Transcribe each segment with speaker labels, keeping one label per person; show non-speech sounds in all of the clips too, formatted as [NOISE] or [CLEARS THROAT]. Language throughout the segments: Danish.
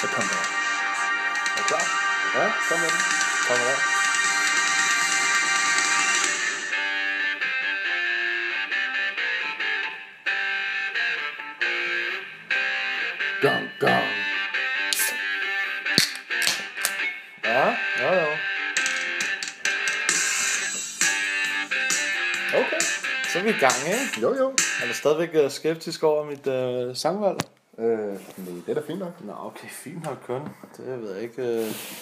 Speaker 1: Så kom der. Er du klar?
Speaker 2: Ja, kom med den.
Speaker 1: Kom der.
Speaker 2: Gong, gong. Ja, jo, jo.
Speaker 1: Okay.
Speaker 2: Så er vi i gang, ikke?
Speaker 1: Jo, jo.
Speaker 2: Er du stadigvæk øh, skeptisk over mit øh, sangvalg?
Speaker 1: Øh, nej, det er da fint nok.
Speaker 2: Nå, okay, fint nok kun. Det ved jeg ikke. Øh...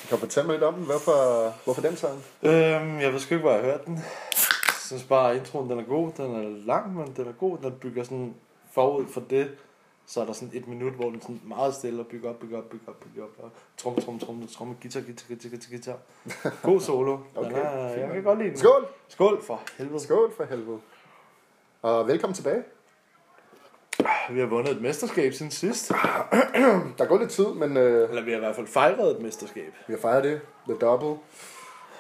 Speaker 1: Kan du fortælle mig lidt om den? Hvorfor, hvorfor den sang?
Speaker 2: Øhm, jeg ved sgu ikke, hvor jeg har hørt den. Jeg synes bare, at introen den er god. Den er lang, men den er god. Den bygger sådan forud for det. Så er der sådan et minut, hvor den sådan meget stille og bygger op, bygger op, bygger op, bygger op. og Trum, trum, trum, trum, guitar, guitar, guitar, guitar, guitar. God [LAUGHS] solo. Den
Speaker 1: Okay,
Speaker 2: er,
Speaker 1: fint
Speaker 2: jeg
Speaker 1: nok.
Speaker 2: kan godt lide den.
Speaker 1: Skål!
Speaker 2: Skål for helvede.
Speaker 1: Skål for helvede. Og velkommen tilbage.
Speaker 2: Vi har vundet et mesterskab siden sidst.
Speaker 1: Der er gået lidt tid, men øh,
Speaker 2: Eller vi har i hvert fald fejret et mesterskab.
Speaker 1: vi har fejret det. The Double.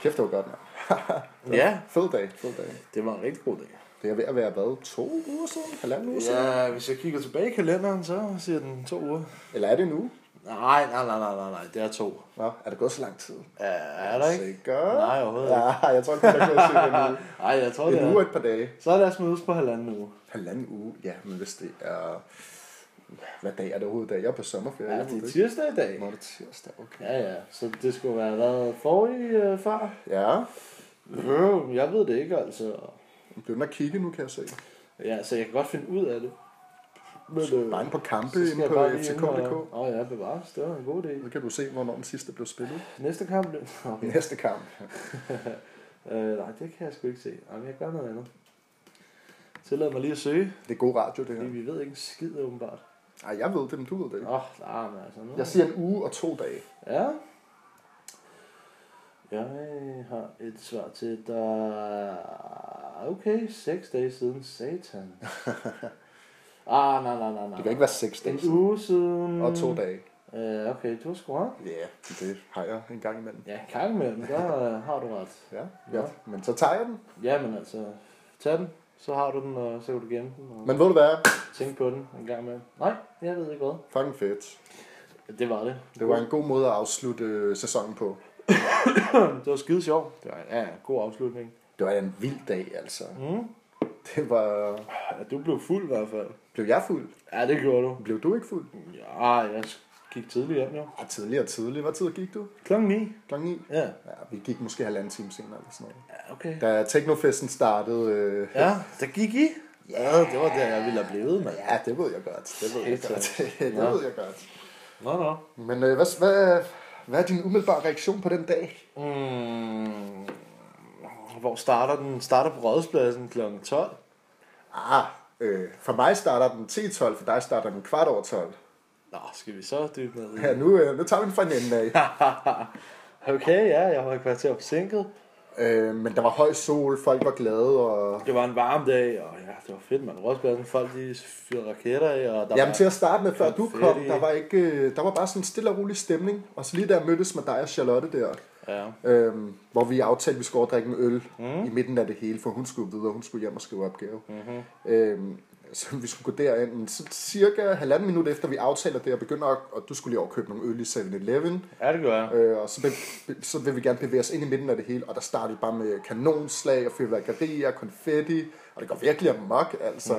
Speaker 1: Kæft, det var godt, mand.
Speaker 2: Ja,
Speaker 1: Fed dag, fed dag.
Speaker 2: det var en rigtig god dag.
Speaker 1: Det er ved at være, hvad, to uger siden? Halvanden uge siden?
Speaker 2: Ja, hvis jeg kigger tilbage i kalenderen, så siger den to uger.
Speaker 1: Eller er det nu?
Speaker 2: Nej, nej, nej, nej, nej, nej, det er to.
Speaker 1: Nå, er det gået så lang tid?
Speaker 2: Ja, er der ikke?
Speaker 1: Sikker?
Speaker 2: Nej, overhovedet
Speaker 1: Ja, jeg tror ikke, det er gået cirka
Speaker 2: [LAUGHS]
Speaker 1: en uge.
Speaker 2: Nej, jeg tror, det
Speaker 1: En uge og
Speaker 2: er.
Speaker 1: et par dage.
Speaker 2: Så lad os mødes på halvanden uge.
Speaker 1: Halvanden uge, ja, men hvis det er... Hvad dag er det overhovedet i dag? Jeg er på sommerferie.
Speaker 2: Ja,
Speaker 1: jeg ved
Speaker 2: det er tirsdag i
Speaker 1: Nå,
Speaker 2: dag.
Speaker 1: det er tirsdag, okay.
Speaker 2: Ja, ja, så det skulle være været forrige øh, far.
Speaker 1: Ja,
Speaker 2: Øh, jeg ved det ikke, altså.
Speaker 1: jeg begynder at kigge nu, kan jeg se.
Speaker 2: Ja, så jeg kan godt finde ud af det. Men, øh,
Speaker 1: Bare inde på kampe,
Speaker 2: så skal
Speaker 1: inde
Speaker 2: jeg
Speaker 1: på
Speaker 2: bare lige ind
Speaker 1: fck.dk.
Speaker 2: og- Åh ja, bevares, det var en god idé.
Speaker 1: Så kan du se, hvornår den sidste blev spillet.
Speaker 2: Næste kamp, det... Okay.
Speaker 1: Næste kamp.
Speaker 2: Øh, nej, det kan jeg sgu ikke se. Jamen, jeg gør noget andet. Tillad mig lige at søge,
Speaker 1: Det er god radio, det
Speaker 2: fordi
Speaker 1: her.
Speaker 2: vi ved ikke en skid, åbenbart.
Speaker 1: Ej, jeg ved det, men du ved det ikke.
Speaker 2: Åh, oh, nej, men altså nu...
Speaker 1: Jeg siger en uge og to dage.
Speaker 2: Ja. Jeg har et svar til dig. Okay, 6 dage siden.
Speaker 1: [LAUGHS]
Speaker 2: Satan. ah, nej, nej, nej, nej.
Speaker 1: Det kan ikke være seks dage
Speaker 2: En uge siden.
Speaker 1: og to dage.
Speaker 2: Øh, okay, du har sgu ret.
Speaker 1: Ja, det har jeg en gang imellem.
Speaker 2: Ja, en gang imellem, der øh, har du ret.
Speaker 1: Ja,
Speaker 2: Ja.
Speaker 1: ja. Men så tager jeg den.
Speaker 2: Ja, men altså, tag den, så har du den, og så kan du gemme den, og
Speaker 1: Men ved du hvad?
Speaker 2: tænke på den en gang imellem. Nej, jeg ved ikke hvad.
Speaker 1: Fucking fedt.
Speaker 2: Det var det.
Speaker 1: Det var en god måde at afslutte øh, sæsonen på.
Speaker 2: det var skide sjovt. Det var ja, en god afslutning.
Speaker 1: Det var en vild dag, altså.
Speaker 2: Mm.
Speaker 1: Det var...
Speaker 2: Ja, du blev fuld i hvert fald.
Speaker 1: Blev jeg fuld?
Speaker 2: Ja, det gjorde du.
Speaker 1: Blev du ikke fuld?
Speaker 2: Ja, jeg gik tidligt hjem, jo.
Speaker 1: Ja, tidligere og tidligere. Hvad tid gik du?
Speaker 2: Klokken 9?
Speaker 1: Klokken 9?
Speaker 2: Ja.
Speaker 1: Ja, vi gik måske halvanden time senere eller sådan noget.
Speaker 2: Ja, okay.
Speaker 1: Da Teknofesten startede... Øh,
Speaker 2: Ja, der gik I? Ja, det var der, jeg ville have blevet, mand.
Speaker 1: ja, det ved jeg godt. Det ved jeg
Speaker 2: Shit,
Speaker 1: godt. [LAUGHS]
Speaker 2: altså.
Speaker 1: det
Speaker 2: Nå.
Speaker 1: ved jeg godt.
Speaker 2: Nå, nå.
Speaker 1: Men øh, hvad, hvad, hvad er din umiddelbare reaktion på den dag?
Speaker 2: Mm, hvor starter den? Starter på Rådhuspladsen kl. 12.
Speaker 1: Ah, øh, for mig starter den 10-12, for dig starter den kvart over 12.
Speaker 2: Nå, skal vi så dybe ned i?
Speaker 1: Ja, nu, øh, nu tager vi den fra en ende af.
Speaker 2: [LAUGHS] Okay, ja, jeg var et kvarter forsinket.
Speaker 1: Øh, men der var høj sol, folk var glade, og...
Speaker 2: Det var en varm dag, og ja, det var fedt, man. Rådhuspladsen, folk de fyrede raketter af, og der
Speaker 1: Jamen
Speaker 2: var...
Speaker 1: til at starte med, før du kom,
Speaker 2: Konfetti.
Speaker 1: der var, ikke, øh, der var bare sådan en stille og rolig stemning. Og så lige da jeg mødtes med dig og Charlotte der,
Speaker 2: Ja.
Speaker 1: øhm, hvor vi aftalte, at vi skulle overdrikke en øl mm. i midten af det hele, for hun skulle videre, hun skulle hjem og skrive opgave. Mm-hmm. Øhm, så vi skulle gå derind, men så cirka halvanden minut efter vi aftaler det, og begynder at, og du skulle lige over og købe nogle øl i 7-Eleven,
Speaker 2: Ja, det gør jeg.
Speaker 1: Øh, og så, be, be, så vil vi gerne bevæge os ind i midten af det hele, og der startede bare med kanonslag og fyrværkerier og konfetti, og det går virkelig amok, altså.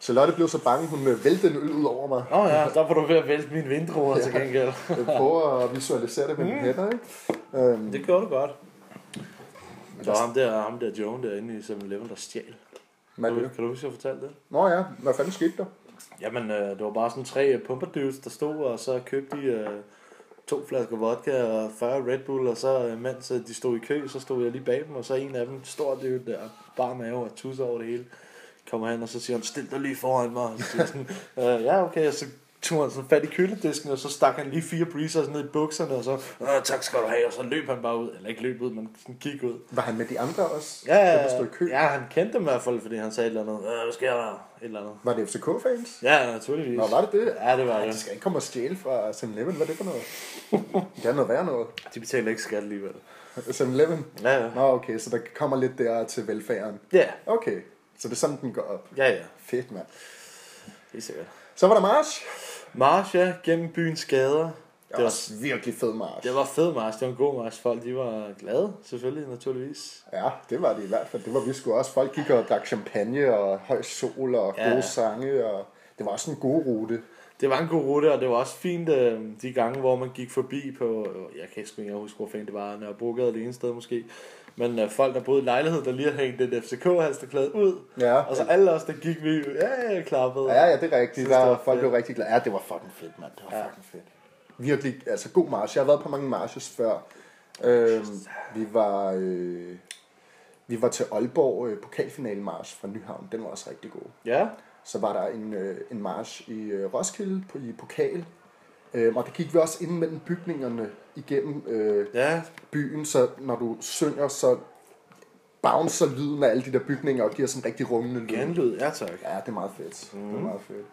Speaker 1: Charlotte blev så bange, hun øh, væltede en øl ud over mig.
Speaker 2: Nå ja, der var du ved at vælte mine vindruer til gengæld.
Speaker 1: Jeg prøver
Speaker 2: Mm.
Speaker 1: at visualisere det med mine hænder, ikke? Øhm,
Speaker 2: Det gjorde du godt. Der var ham der, ham der Joan derinde i 7-Eleven, der stjal. Kan
Speaker 1: man,
Speaker 2: du, kan du huske, jeg fortalte det?
Speaker 1: Nå ja, hvad fanden skete der?
Speaker 2: Jamen, øh, det var bare sådan tre øh, pumperdudes, der stod, og så købte de øh, to flasker vodka og 40 Red Bull, og så øh, mens øh, de stod i kø, så stod jeg lige bag dem, og så en af dem, stor dude der, bare mave og tusser over det hele, kommer hen, og så siger han, stil dig lige foran mig, og så siger jeg sådan, [LAUGHS] øh, ja okay, og så tog han sådan fat i køledisken, og så stak han lige fire breezers ned i bukserne, og så, "Åh, tak skal du have, og så løb han bare ud, eller ikke løb ud, men sådan gik ud.
Speaker 1: Var han med de andre også?
Speaker 2: Ja,
Speaker 1: Dem, der stod i kø?
Speaker 2: ja, han kendte dem i hvert fald, fordi han sagde et eller andet, øh, hvad sker der, et eller andet.
Speaker 1: Var det FCK-fans?
Speaker 2: Ja, naturligvis.
Speaker 1: Nå, var det det?
Speaker 2: Ja, det var
Speaker 1: Ej,
Speaker 2: det.
Speaker 1: de skal ikke komme og stjæle fra 7-Eleven. Hvad er det for noget? Det er noget værre noget.
Speaker 2: De betaler ikke skat alligevel.
Speaker 1: 7-Eleven?
Speaker 2: Ja, ja.
Speaker 1: Nå, okay, så der kommer lidt der til velfærden.
Speaker 2: Ja,
Speaker 1: Okay, så det er sådan, den går op.
Speaker 2: ja, ja.
Speaker 1: Fedt, mand.
Speaker 2: Det er sikkert.
Speaker 1: Så var der march.
Speaker 2: March, ja, gennem byens gader.
Speaker 1: Det var også virkelig fed march.
Speaker 2: Det var fed march, det var en god march. Folk de var glade, selvfølgelig, naturligvis.
Speaker 1: Ja, det var det i hvert fald. Det var vi sgu også. Folk gik og drak champagne og høj sol og
Speaker 2: Ja.
Speaker 1: ja. gode sange. Og det var også en god rute.
Speaker 2: Det var en god rute, og det var også fint øh, de gange, hvor man gik forbi på, jeg kan sgu ikke huske, hvor fanden det var, Nørrebrogade det ene sted måske, men øh, folk, der boede i lejlighed, der lige havde hængt den FCK-halsterklæde ud,
Speaker 1: Ja.
Speaker 2: og så alle os, der gik, vi ja, ja, klappede.
Speaker 1: Ja, ja, det er rigtigt.
Speaker 2: Synes,
Speaker 1: Der,
Speaker 2: det
Speaker 1: var
Speaker 2: var
Speaker 1: folk
Speaker 2: fedt.
Speaker 1: blev rigtig glade. Ja, det var fucking fedt, mand. Det var ja. fucking fedt. Virkelig, altså god march. Jeg har været på mange marches før. Øhm, vi var... Øh, vi var til Aalborg øh, pokalfinalmarsch fra Nyhavn. Den var også rigtig god.
Speaker 2: Ja,
Speaker 1: Så var der en, øh, en march i øh, Roskilde på, i pokal. Øhm, og der gik vi også ind mellem bygningerne igennem øh,
Speaker 2: ja,
Speaker 1: byen, så når du synger, så bouncer lyden af alle de der bygninger og giver sådan en rigtig rungende lyd.
Speaker 2: genlyd, ja tak.
Speaker 1: Ja, det er meget fedt. Mm. Det er meget fedt.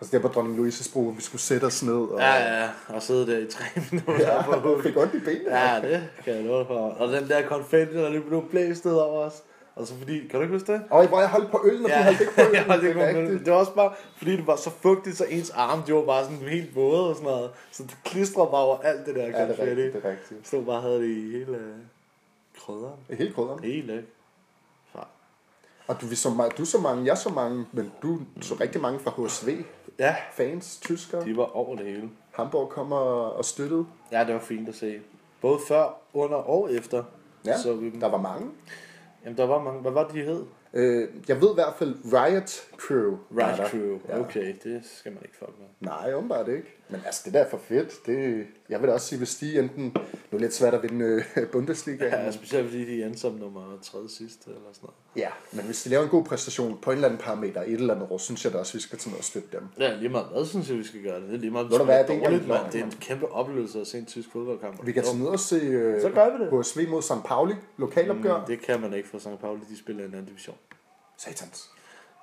Speaker 1: Og så der på Dronning Louise's bro, vi skulle sætte os ned. Og...
Speaker 2: Ja,
Speaker 1: [LAUGHS]
Speaker 2: ja, og sidde der i tre [LAUGHS] minutter. Ja.
Speaker 1: Jeg fik ondt i benene.
Speaker 2: Ja, det kan jeg love dig for. Og den der konfetti, der lige blev blæst ned over os. Og så fordi, kan du ikke huske det?
Speaker 1: Og hvor jeg holdt på øllen, og du holdt ikke på [LAUGHS]
Speaker 2: [LAUGHS]
Speaker 1: øllen.
Speaker 2: jeg holdt ikke på
Speaker 1: er
Speaker 2: øllen.
Speaker 1: rigtigt.
Speaker 2: det var også bare, fordi det var så fugtigt, så ens arme, de var bare sådan helt våde og sådan noget. Så det klistrede bare over alt det der
Speaker 1: Ja, det er
Speaker 2: konfetti.
Speaker 1: rigtigt, det er rigtigt.
Speaker 2: Så bare havde det i hele øh, krydderen.
Speaker 1: Helt krydderen.
Speaker 2: Hele. ikke? Så-
Speaker 1: Og du, vi så mange, du så mange, jeg så mange, men du så rigtig mange fra HSV.
Speaker 2: Ja,
Speaker 1: Fans, tyskere.
Speaker 2: de var over det hele.
Speaker 1: Hamburg kommer og støttede.
Speaker 2: Ja, det var fint at se. Både før, under og efter.
Speaker 1: Ja,
Speaker 2: Så vi,
Speaker 1: der var mange.
Speaker 2: jamen, der var mange. Hvad var det, de hed?
Speaker 1: Øh, jeg ved i hvert fald Riot Crew. var
Speaker 2: Right
Speaker 1: der.
Speaker 2: Crew.
Speaker 1: Ja.
Speaker 2: Okay, det skal man ikke fuck med.
Speaker 1: Nej, åbenbart ikke. Men altså, det der er for fedt. Det, jeg vil da også sige, hvis de enten... Nu er det lidt svært at vinde øh, Bundesliga.
Speaker 2: Ja, specielt fordi de endte som nummer 3 sidste eller sådan noget.
Speaker 1: Ja, men hvis de laver en god præstation på en eller anden parameter i et eller andet år, synes jeg da også, vi skal tage ned og støtte dem.
Speaker 2: Ja, lige meget hvad synes jeg, vi skal gøre det. Det er lige
Speaker 1: Ved
Speaker 2: meget,
Speaker 1: du
Speaker 2: det er
Speaker 1: hvad, det er ikke
Speaker 2: dårligt,
Speaker 1: engang
Speaker 2: mand. Det er en kæmpe oplevelse at se en tysk fodboldkamp.
Speaker 1: Vi kan tage ned og se øh,
Speaker 2: Så gør vi det.
Speaker 1: HSV mod St. Pauli, lokalopgør. Mm,
Speaker 2: det kan man ikke, for St. Pauli de spiller i en anden division.
Speaker 1: Satans.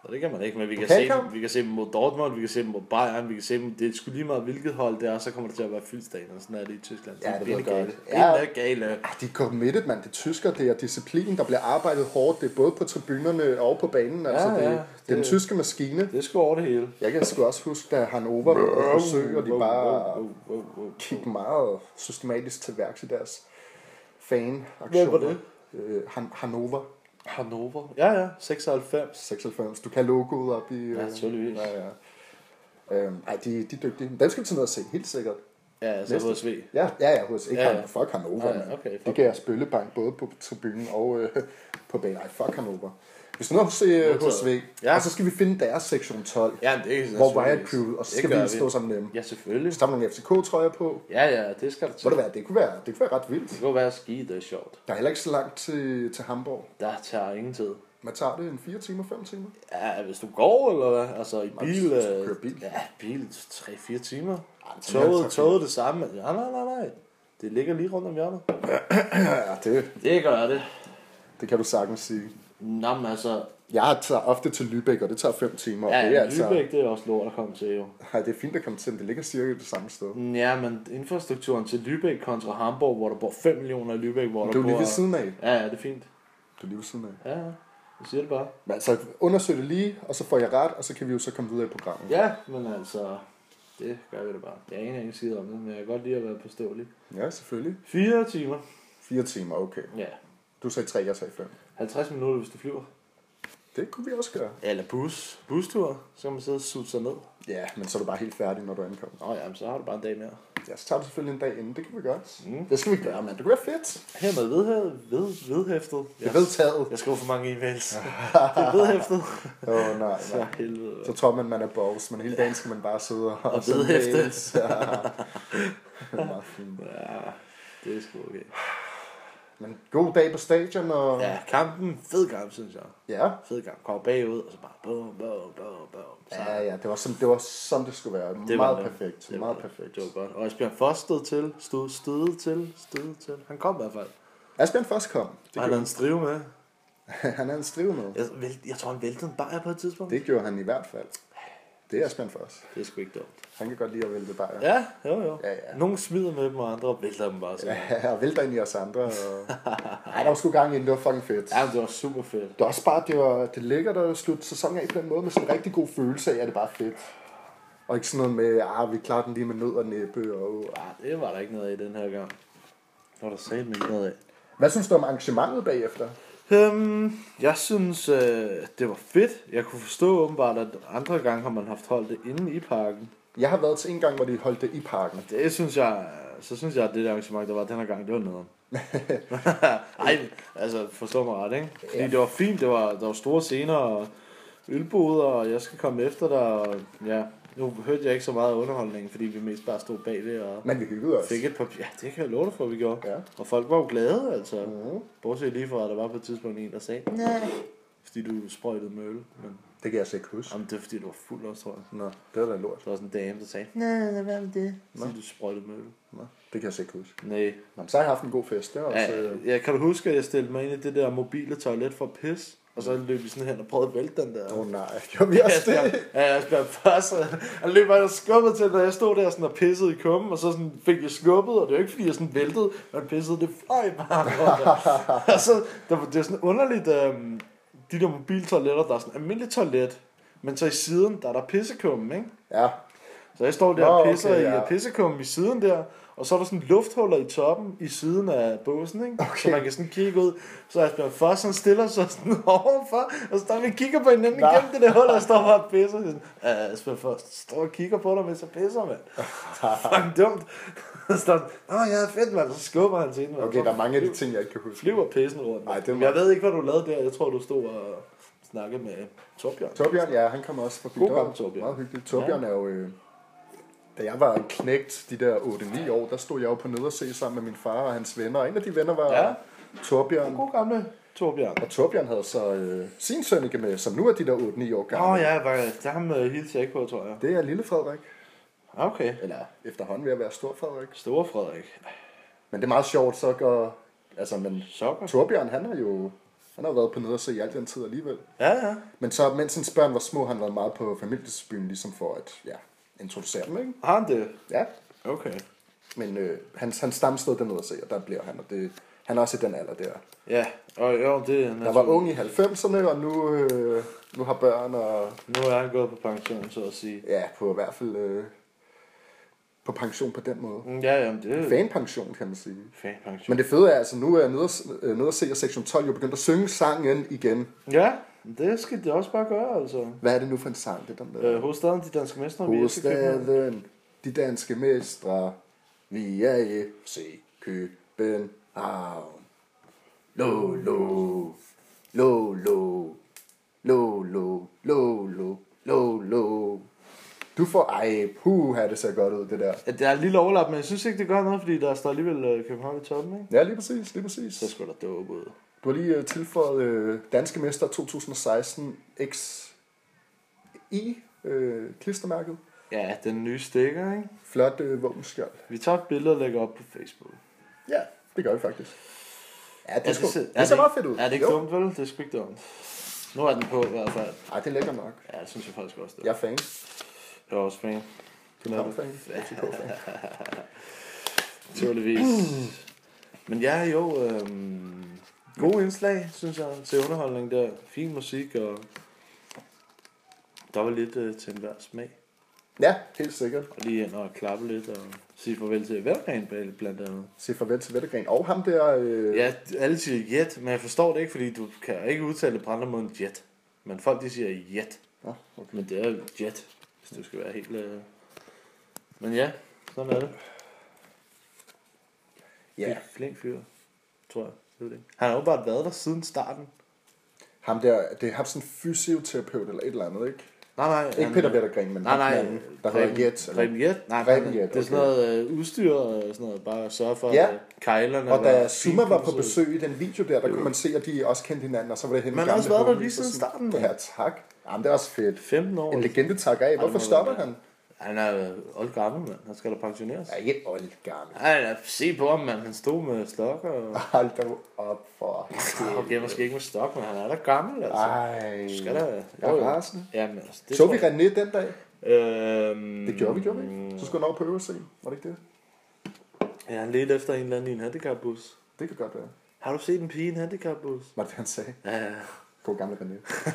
Speaker 2: Så det kan man ikke, men vi kan, se
Speaker 1: Pokalkamp?
Speaker 2: dem, vi kan se dem mod Dortmund, vi kan se dem mod Bayern, vi kan se dem, det er sgu lige meget hvilket hold det er, så kommer det til at være fyldt og sådan er det i Tyskland.
Speaker 1: Ja, det ved jeg
Speaker 2: gale.
Speaker 1: godt.
Speaker 2: Ja.
Speaker 1: Ja.
Speaker 2: Det er gale.
Speaker 1: Ah, de er committed, mand. Det er tysker, det er disciplin, der bliver arbejdet hårdt. Det er både på tribunerne og på banen. Altså,
Speaker 2: Ja,
Speaker 1: det,
Speaker 2: ja,
Speaker 1: det, det, er den
Speaker 2: det-
Speaker 1: tyske maskine.
Speaker 2: Det er sgu over det hele.
Speaker 1: Jeg kan sgu også huske, da Hannover var på besøg, og de
Speaker 2: Wow,
Speaker 1: bare
Speaker 2: wow, wow, wow, wow.
Speaker 1: gik meget systematisk til værks i deres
Speaker 2: Hvem var
Speaker 1: fan-aktioner.
Speaker 2: det?
Speaker 1: Øh, Han- Hannover
Speaker 2: Hannover. Ja, ja. 96.
Speaker 1: 96. Du kan logoet op i...
Speaker 2: Ja,
Speaker 1: øh,
Speaker 2: naturligvis.
Speaker 1: Ja, ja. Øhm, ej, de, de er dygtige. Dem skal vi tage ned og se, helt sikkert.
Speaker 2: Ja, altså
Speaker 1: Næste.
Speaker 2: HSV.
Speaker 1: Ja, ja, ja, hos ikke
Speaker 2: Ja,
Speaker 1: ja,
Speaker 2: ja.
Speaker 1: ja. Fuck Hannover,
Speaker 2: Ja, ja,
Speaker 1: mand.
Speaker 2: okay, fuck.
Speaker 1: Det gav spøllebank både på tribunen og øh, på banen. Ej, fuck Hannover. Vi skal ned og se øh,
Speaker 2: Modtaget.
Speaker 1: HSV,
Speaker 2: Ja.
Speaker 1: ja. og så skal vi finde deres sektion 12, ja,
Speaker 2: Ja, det er
Speaker 1: hvor Riot
Speaker 2: naturligvis.
Speaker 1: Crew, og så
Speaker 2: Det
Speaker 1: skal
Speaker 2: gør
Speaker 1: vi stå sammen med dem.
Speaker 2: Ja, selvfølgelig.
Speaker 1: Så tager vi nogle FCK-trøjer på.
Speaker 2: Ja, ja, det skal der til.
Speaker 1: Må det, være, det, kunne være, det kunne være ret vildt.
Speaker 2: Det kunne være skide sjovt.
Speaker 1: Der er heller ikke så langt til, til Hamburg.
Speaker 2: Der tager ingen tid.
Speaker 1: Man tager det en 4 timer, 5 timer.
Speaker 2: Ja, hvis du går, eller hvad? Altså i bil...
Speaker 1: hvis du
Speaker 2: øh,
Speaker 1: kører bil.
Speaker 2: Ja, bil 3-4 timer.
Speaker 1: men så er
Speaker 2: Toget,
Speaker 1: det
Speaker 2: toget det samme. Ja, nej, nej, nej. Det ligger lige rundt om hjørnet.
Speaker 1: Ja, det,
Speaker 2: Det gør det.
Speaker 1: det kan du sagtens sige.
Speaker 2: Nå, men altså...
Speaker 1: Jeg tager ofte til Lübeck, og det tager 5 timer.
Speaker 2: Ja,
Speaker 1: det er altså-
Speaker 2: Lübeck, det er også lort at komme til, jo.
Speaker 1: Ej, det er fint at komme til, men det ligger cirka det samme sted.
Speaker 2: Ja, men infrastrukturen til Lübeck kontra Hamburg, hvor der bor 5 millioner i Lübeck, hvor der
Speaker 1: Du er
Speaker 2: bor...
Speaker 1: lige ved siden af.
Speaker 2: Ja, ja, det er fint.
Speaker 1: Du er lige ved siden af.
Speaker 2: Ja, ja. Jeg siger det bare.
Speaker 1: Men altså, undersøg det lige, og så får jeg ret, og så kan vi jo så komme videre i programmet.
Speaker 2: Ja, men altså... Det gør vi da bare. Jeg aner ikke skid om det, men jeg kan godt lide at være påståelig.
Speaker 1: Ja, selvfølgelig.
Speaker 2: 4 timer.
Speaker 1: Fire timer, okay.
Speaker 2: Ja.
Speaker 1: Du sagde tre, jeg sagde fem.
Speaker 2: 50 minutter, hvis du flyver.
Speaker 1: Det kunne vi også gøre.
Speaker 2: Eller bus. Bustur. Så kan man sidde og sutte sig ned.
Speaker 1: Ja, men så er du bare helt færdig, når du ankommer.
Speaker 2: Nå ja, men så har du bare en dag mere.
Speaker 1: Ja, så tager du selvfølgelig en dag inden. Det kan vi godt. Mm. Det skal vi gøre, mand. Det kunne være fedt.
Speaker 2: Hermed vedhæftet. Ved, vedhæftet.
Speaker 1: Det er vedtaget.
Speaker 2: Jeg skriver for mange [LAUGHS] e-mails. det er vedhæftet.
Speaker 1: Åh, oh, nej,
Speaker 2: [LAUGHS]
Speaker 1: [LAUGHS]
Speaker 2: Så
Speaker 1: nej.
Speaker 2: helvede. mand.
Speaker 1: Så tror man, man er boss, men hele dagen skal man bare sidde og...
Speaker 2: Og vedhæfte.
Speaker 1: mails. Ja. Det er meget fint.
Speaker 2: Ja, [LAUGHS] det er sgu okay.
Speaker 1: Men god dag på stadion, og...
Speaker 2: Ja, kampen. Fed kamp, synes jeg.
Speaker 1: ja.
Speaker 2: Fed kamp. Kommer bagud, og så bare bum, bum, bum, bum. Så
Speaker 1: Ja, ja, det var, som, det var som det skulle være. Det
Speaker 2: Det
Speaker 1: meget
Speaker 2: var det.
Speaker 1: perfekt.
Speaker 2: Det
Speaker 1: meget
Speaker 2: var,
Speaker 1: perfekt.
Speaker 2: Det var godt. Og Asbjørn Foss stod til, stod støde til, støde til. Han kom i hvert fald.
Speaker 1: Asbjørn først kom. Det
Speaker 2: Og han
Speaker 1: gjorde,
Speaker 2: havde en strive med.
Speaker 1: [LAUGHS] han. han er en strive med.
Speaker 2: Jeg, vælt, jeg tror, han væltede en bajer på et tidspunkt. Det,
Speaker 1: Det gjorde han i hvert fald. Det er Asbjørn først.
Speaker 2: det er sgu ikke dumt.
Speaker 1: Han kan godt lide at vælte bajer.
Speaker 2: Ja, jo, jo.
Speaker 1: Ja, ja.
Speaker 2: Nogle smider med dem, og andre vælter dem bare. Så. Ja.
Speaker 1: Ja, og vælter ind i os andre. Og... Ej, der var sgu gang i den. Det var fucking fedt.
Speaker 2: ja, men det var super fedt.
Speaker 1: Det er også bare, det var det er lækkert at slutte sæsonen af på den måde med sådan en rigtig god følelse af, at det bare er fedt. Og ikke sådan noget med, ah, vi klarer den lige med nød og næppe. Og...
Speaker 2: Ah, det var der ikke noget af i den her gang. Det var der sagde ikke noget af.
Speaker 1: Hvad synes du om arrangementet bagefter?
Speaker 2: Øhm, jeg synes, øh, det var fedt. Jeg kunne forstå åbenbart, at andre gange har man haft holdt det inde i parken.
Speaker 1: Jeg har været til en gang, hvor de holdt det i parken.
Speaker 2: Det synes jeg, så synes jeg, at det der arrangement, der var den her gang, det var noget. [LAUGHS] Ej, altså forstå mig ret, ikke? Fordi
Speaker 1: Ja.
Speaker 2: det var fint, det var, der var store scener og ølboder, og jeg skal komme efter dig, og ja, nu hørte jeg ikke så meget af underholdningen, fordi vi mest bare stod bag det og
Speaker 1: Men vi hyggede os.
Speaker 2: fik et papir. Ja, det kan jeg love dig for, vi gjorde.
Speaker 1: Ja.
Speaker 2: Og folk var jo glade, altså.
Speaker 1: Mhm.
Speaker 2: Bortset lige fra, at der var på et tidspunkt en, der sagde, nej, fordi du sprøjtede med øl. Men
Speaker 1: Det kan jeg altså ikke huske.
Speaker 2: jamen, det er fordi, du var fuld også, tror jeg.
Speaker 1: Nå, det var da lort.
Speaker 2: Så var der sådan en dame, der sagde, nej, lad være med det. Fordi du sprøjtede med øl.
Speaker 1: Nå, det kan jeg altså ikke huske.
Speaker 2: Nej,
Speaker 1: Nå, men så har jeg haft en god fest. Det var altså...
Speaker 2: Ja, ja, kan du huske, at jeg stillede mig ind i det der mobile toilet for pis? Og så løb vi sådan hen og prøvede at vælte den der.
Speaker 1: Åh oh, nej, gjorde vi også det?
Speaker 2: Asbjørn, ja, Asbjørn først, øh, han løb bare og skubbede til, da jeg stod der sådan og pissede i kummen, og så sådan fik jeg skubbet, og det var ikke fordi, jeg sådan væltede, men pissede, det fløj bare. rundt. og så, det, var, det er sådan underligt, øhm, de der mobiltoiletter, der er sådan almindeligt toilet, men så i siden, der er der pissekummen, ikke?
Speaker 1: Ja,
Speaker 2: Så jeg står der
Speaker 1: Nå,
Speaker 2: og
Speaker 1: okay,
Speaker 2: pisser okay, ja.
Speaker 1: ja.
Speaker 2: i pissekummen i siden der, og så er der sådan lufthuller i toppen i siden af båsen, ikke? Okay. Så man kan sådan kigge ud. Så er Asbjørn Foss, han stiller sig sådan [LAUGHS] overfor, og så står vi og kigger på hinanden
Speaker 1: Nå.
Speaker 2: igennem det der hul, og står bare og pisser. Sådan, "Øh, Asbjørn Foss, står og kigger på dig, mens jeg pisser,
Speaker 1: [LAUGHS]
Speaker 2: mand. Fucking dumt. Så står han, åh, ja, fedt, mand. Så skubber han til hende, mand.
Speaker 1: okay,
Speaker 2: Så
Speaker 1: der er mange af de ting, jeg ikke kan huske.
Speaker 2: Flyver pissen rundt.
Speaker 1: Ej,
Speaker 2: Ej,
Speaker 1: det
Speaker 2: det
Speaker 1: var-
Speaker 2: Jeg ved ikke, hvad du lavede der. Jeg tror, du stod og snakkede med Torbjørn.
Speaker 1: Torbjørn, ja, han kom også forbi.
Speaker 2: God
Speaker 1: Det var
Speaker 2: gammel Torbjørn.
Speaker 1: Meget hyggeligt. Torbjørn er jo... Øh, da jeg var en knægt, de der 8-9 år, der stod jeg jo på nederse sammen med min far og hans venner. Og en af de venner var ja.
Speaker 2: Ja.
Speaker 1: Torbjørn.
Speaker 2: God gamle Torbjørn.
Speaker 1: Og Torbjørn havde så øh, sin sønneke med, som nu er de der 8-9 år
Speaker 2: Åh
Speaker 1: gamle.
Speaker 2: oh, ja, bare, der ham øh, hilser jeg ikke på, tror jeg. Ah,
Speaker 1: Det er lille Frederik.
Speaker 2: Okay.
Speaker 1: Eller efterhånden ved at være stor Frederik.
Speaker 2: Store Frederik.
Speaker 1: Men det er meget sjovt, så går... Altså, men
Speaker 2: Sokker.
Speaker 1: Torbjørn, han har jo... Han har jo været på nederse i al den tid alligevel.
Speaker 2: Ja, ja.
Speaker 1: Men så, mens hans børn var små, har han været meget på familiesbyen, ligesom for at ja, introducere dem, ikke?
Speaker 2: Har han det?
Speaker 1: Ja,
Speaker 2: Okay.
Speaker 1: Men øh, hans, hans stamsted dernede at se, og der bliver han, og det, han er også i den alder der.
Speaker 2: Ja, og jo, det er
Speaker 1: Der var ung i 90'erne, og nu, øh, nu har børn, og
Speaker 2: Nu er han gået på pension, så at sige.
Speaker 1: ja, på i hvert fald øh, på pension på den måde.
Speaker 2: Mm, Ja, jamen det er
Speaker 1: Fanpension, kan man sige.
Speaker 2: fan pension.
Speaker 1: Men det fede er, altså nu er nede, at- øh, nede at se, og sektion 12 jo begyndt at synge sangen igen.
Speaker 2: Ja, det skal det også bare gøre, altså.
Speaker 1: Hvad er det nu for en sang, det er den der?
Speaker 2: Øh, hovedstaden, de danske mestre, vi elsker København.
Speaker 1: Hovedstaden, de danske mestre, vi er i FC København. Lo, lo, lo, lo, lo, lo, lo, lo, lo, lo. Du får, ej, puha, det ser godt ud, det der.
Speaker 2: Ja, der er et lille overlap, men jeg synes ikke, det gør noget, fordi der står alligevel øh, København i toppen, ikke?
Speaker 1: Ja, lige præcis, lige
Speaker 2: Så
Speaker 1: præcis.
Speaker 2: skulle der dope ud.
Speaker 1: Du har lige øh, tilføjet øh, Danske Mester 2016 X i øh, klistermærket.
Speaker 2: Ja, den nye stikker, ikke?
Speaker 1: Flot øh, våbenskjold.
Speaker 2: Vi tager et billede og lægger op på Facebook.
Speaker 1: Ja, det gør vi faktisk. Ja, det,
Speaker 2: Ja,
Speaker 1: er sgu, det,
Speaker 2: ser-
Speaker 1: det, ser
Speaker 2: ikke-
Speaker 1: meget fedt ud.
Speaker 2: Er det ikke
Speaker 1: Jo.
Speaker 2: dumt, vel? Det er sgu ikke dumt. Nu er den på i hvert fald.
Speaker 1: Ej, det er lækker nok.
Speaker 2: Ja, det synes jeg faktisk også, det
Speaker 1: Jeg er fan.
Speaker 2: Jeg er også fan.
Speaker 1: København-fan. Ja, FCK-fan.
Speaker 2: Naturligvis. [CLEARS THROAT] Men ja, jo, øhm, gode indslag, synes jeg, til underholdning der. Fin musik, og der var lidt øh, til enhver smag.
Speaker 1: Ja, helt sikkert.
Speaker 2: Og lige ind og klappe lidt, og sige farvel til Velgren bl- blandt andet.
Speaker 1: Sige farvel til Vettergren. Og ham der... Øh,
Speaker 2: Ja, alle siger jet, men jeg forstår det ikke, fordi du kan ikke udtale det på andre måde end jet. Men folk, de siger jet.
Speaker 1: Nå, okay.
Speaker 2: Men det er jo jet, hvis du skal være helt... Øh... Men ja, sådan er det. Ja.
Speaker 1: ja.
Speaker 2: Yeah. Flink fyr, tror jeg. jeg ved det. ikke. Han har jo bare været der siden starten.
Speaker 1: Ham der, det er ham sådan en fysioterapeut eller et eller andet, ikke?
Speaker 2: Nej, nej.
Speaker 1: Ikke Peter Vettergren, men
Speaker 2: Nej,
Speaker 1: ham
Speaker 2: nej.
Speaker 1: den anden, der hedder Jet. eller-
Speaker 2: Rem Jet? Nej,
Speaker 1: Preben
Speaker 2: Preben
Speaker 1: Jet,
Speaker 2: Det er sådan
Speaker 1: okay.
Speaker 2: noget øh, udstyr og sådan noget. Bare at sørge for,
Speaker 1: Ja.
Speaker 2: at øh, kejlerne
Speaker 1: Og da
Speaker 2: var
Speaker 1: Zuma var på
Speaker 2: finpudset.
Speaker 1: besøg i den video der, der kunne man se, at de også kendte hinanden, og så var det henne
Speaker 2: Men han har også været der lige siden starten, mand.
Speaker 1: Ja, tak. Jamen, det er også fedt.
Speaker 2: 15 år.
Speaker 1: En legende takker af. Hvorfor
Speaker 2: må
Speaker 1: stopper
Speaker 2: være.
Speaker 1: han?
Speaker 2: Han er øh, old gammel, mand. Han skal da pensioneres.
Speaker 1: Ja, ikke old gammel.
Speaker 2: Ej, da, se på ham, mand. Han stod med stokker. Og...
Speaker 1: Hold dog op for. Ah,
Speaker 2: Okay, måske ikke med stok, men han er da gammel, altså.
Speaker 1: Ej.
Speaker 2: Skal der...
Speaker 1: Ah, Jeg er rasende.
Speaker 2: Ja, men altså, det
Speaker 1: Så
Speaker 2: tror
Speaker 1: vi
Speaker 2: jeg-
Speaker 1: René den dag?
Speaker 2: Øhm,
Speaker 1: Det gjorde vi, gjorde vi ikke? Så skulle han over på øverse, var det ikke det?
Speaker 2: Ja, han ledte efter en eller anden i en handicapbus.
Speaker 1: Det kan godt være.
Speaker 2: Har du set en pige i en handicapbus?
Speaker 1: Var det, han sagde?
Speaker 2: Ja, ja.
Speaker 1: Gå på gamle René.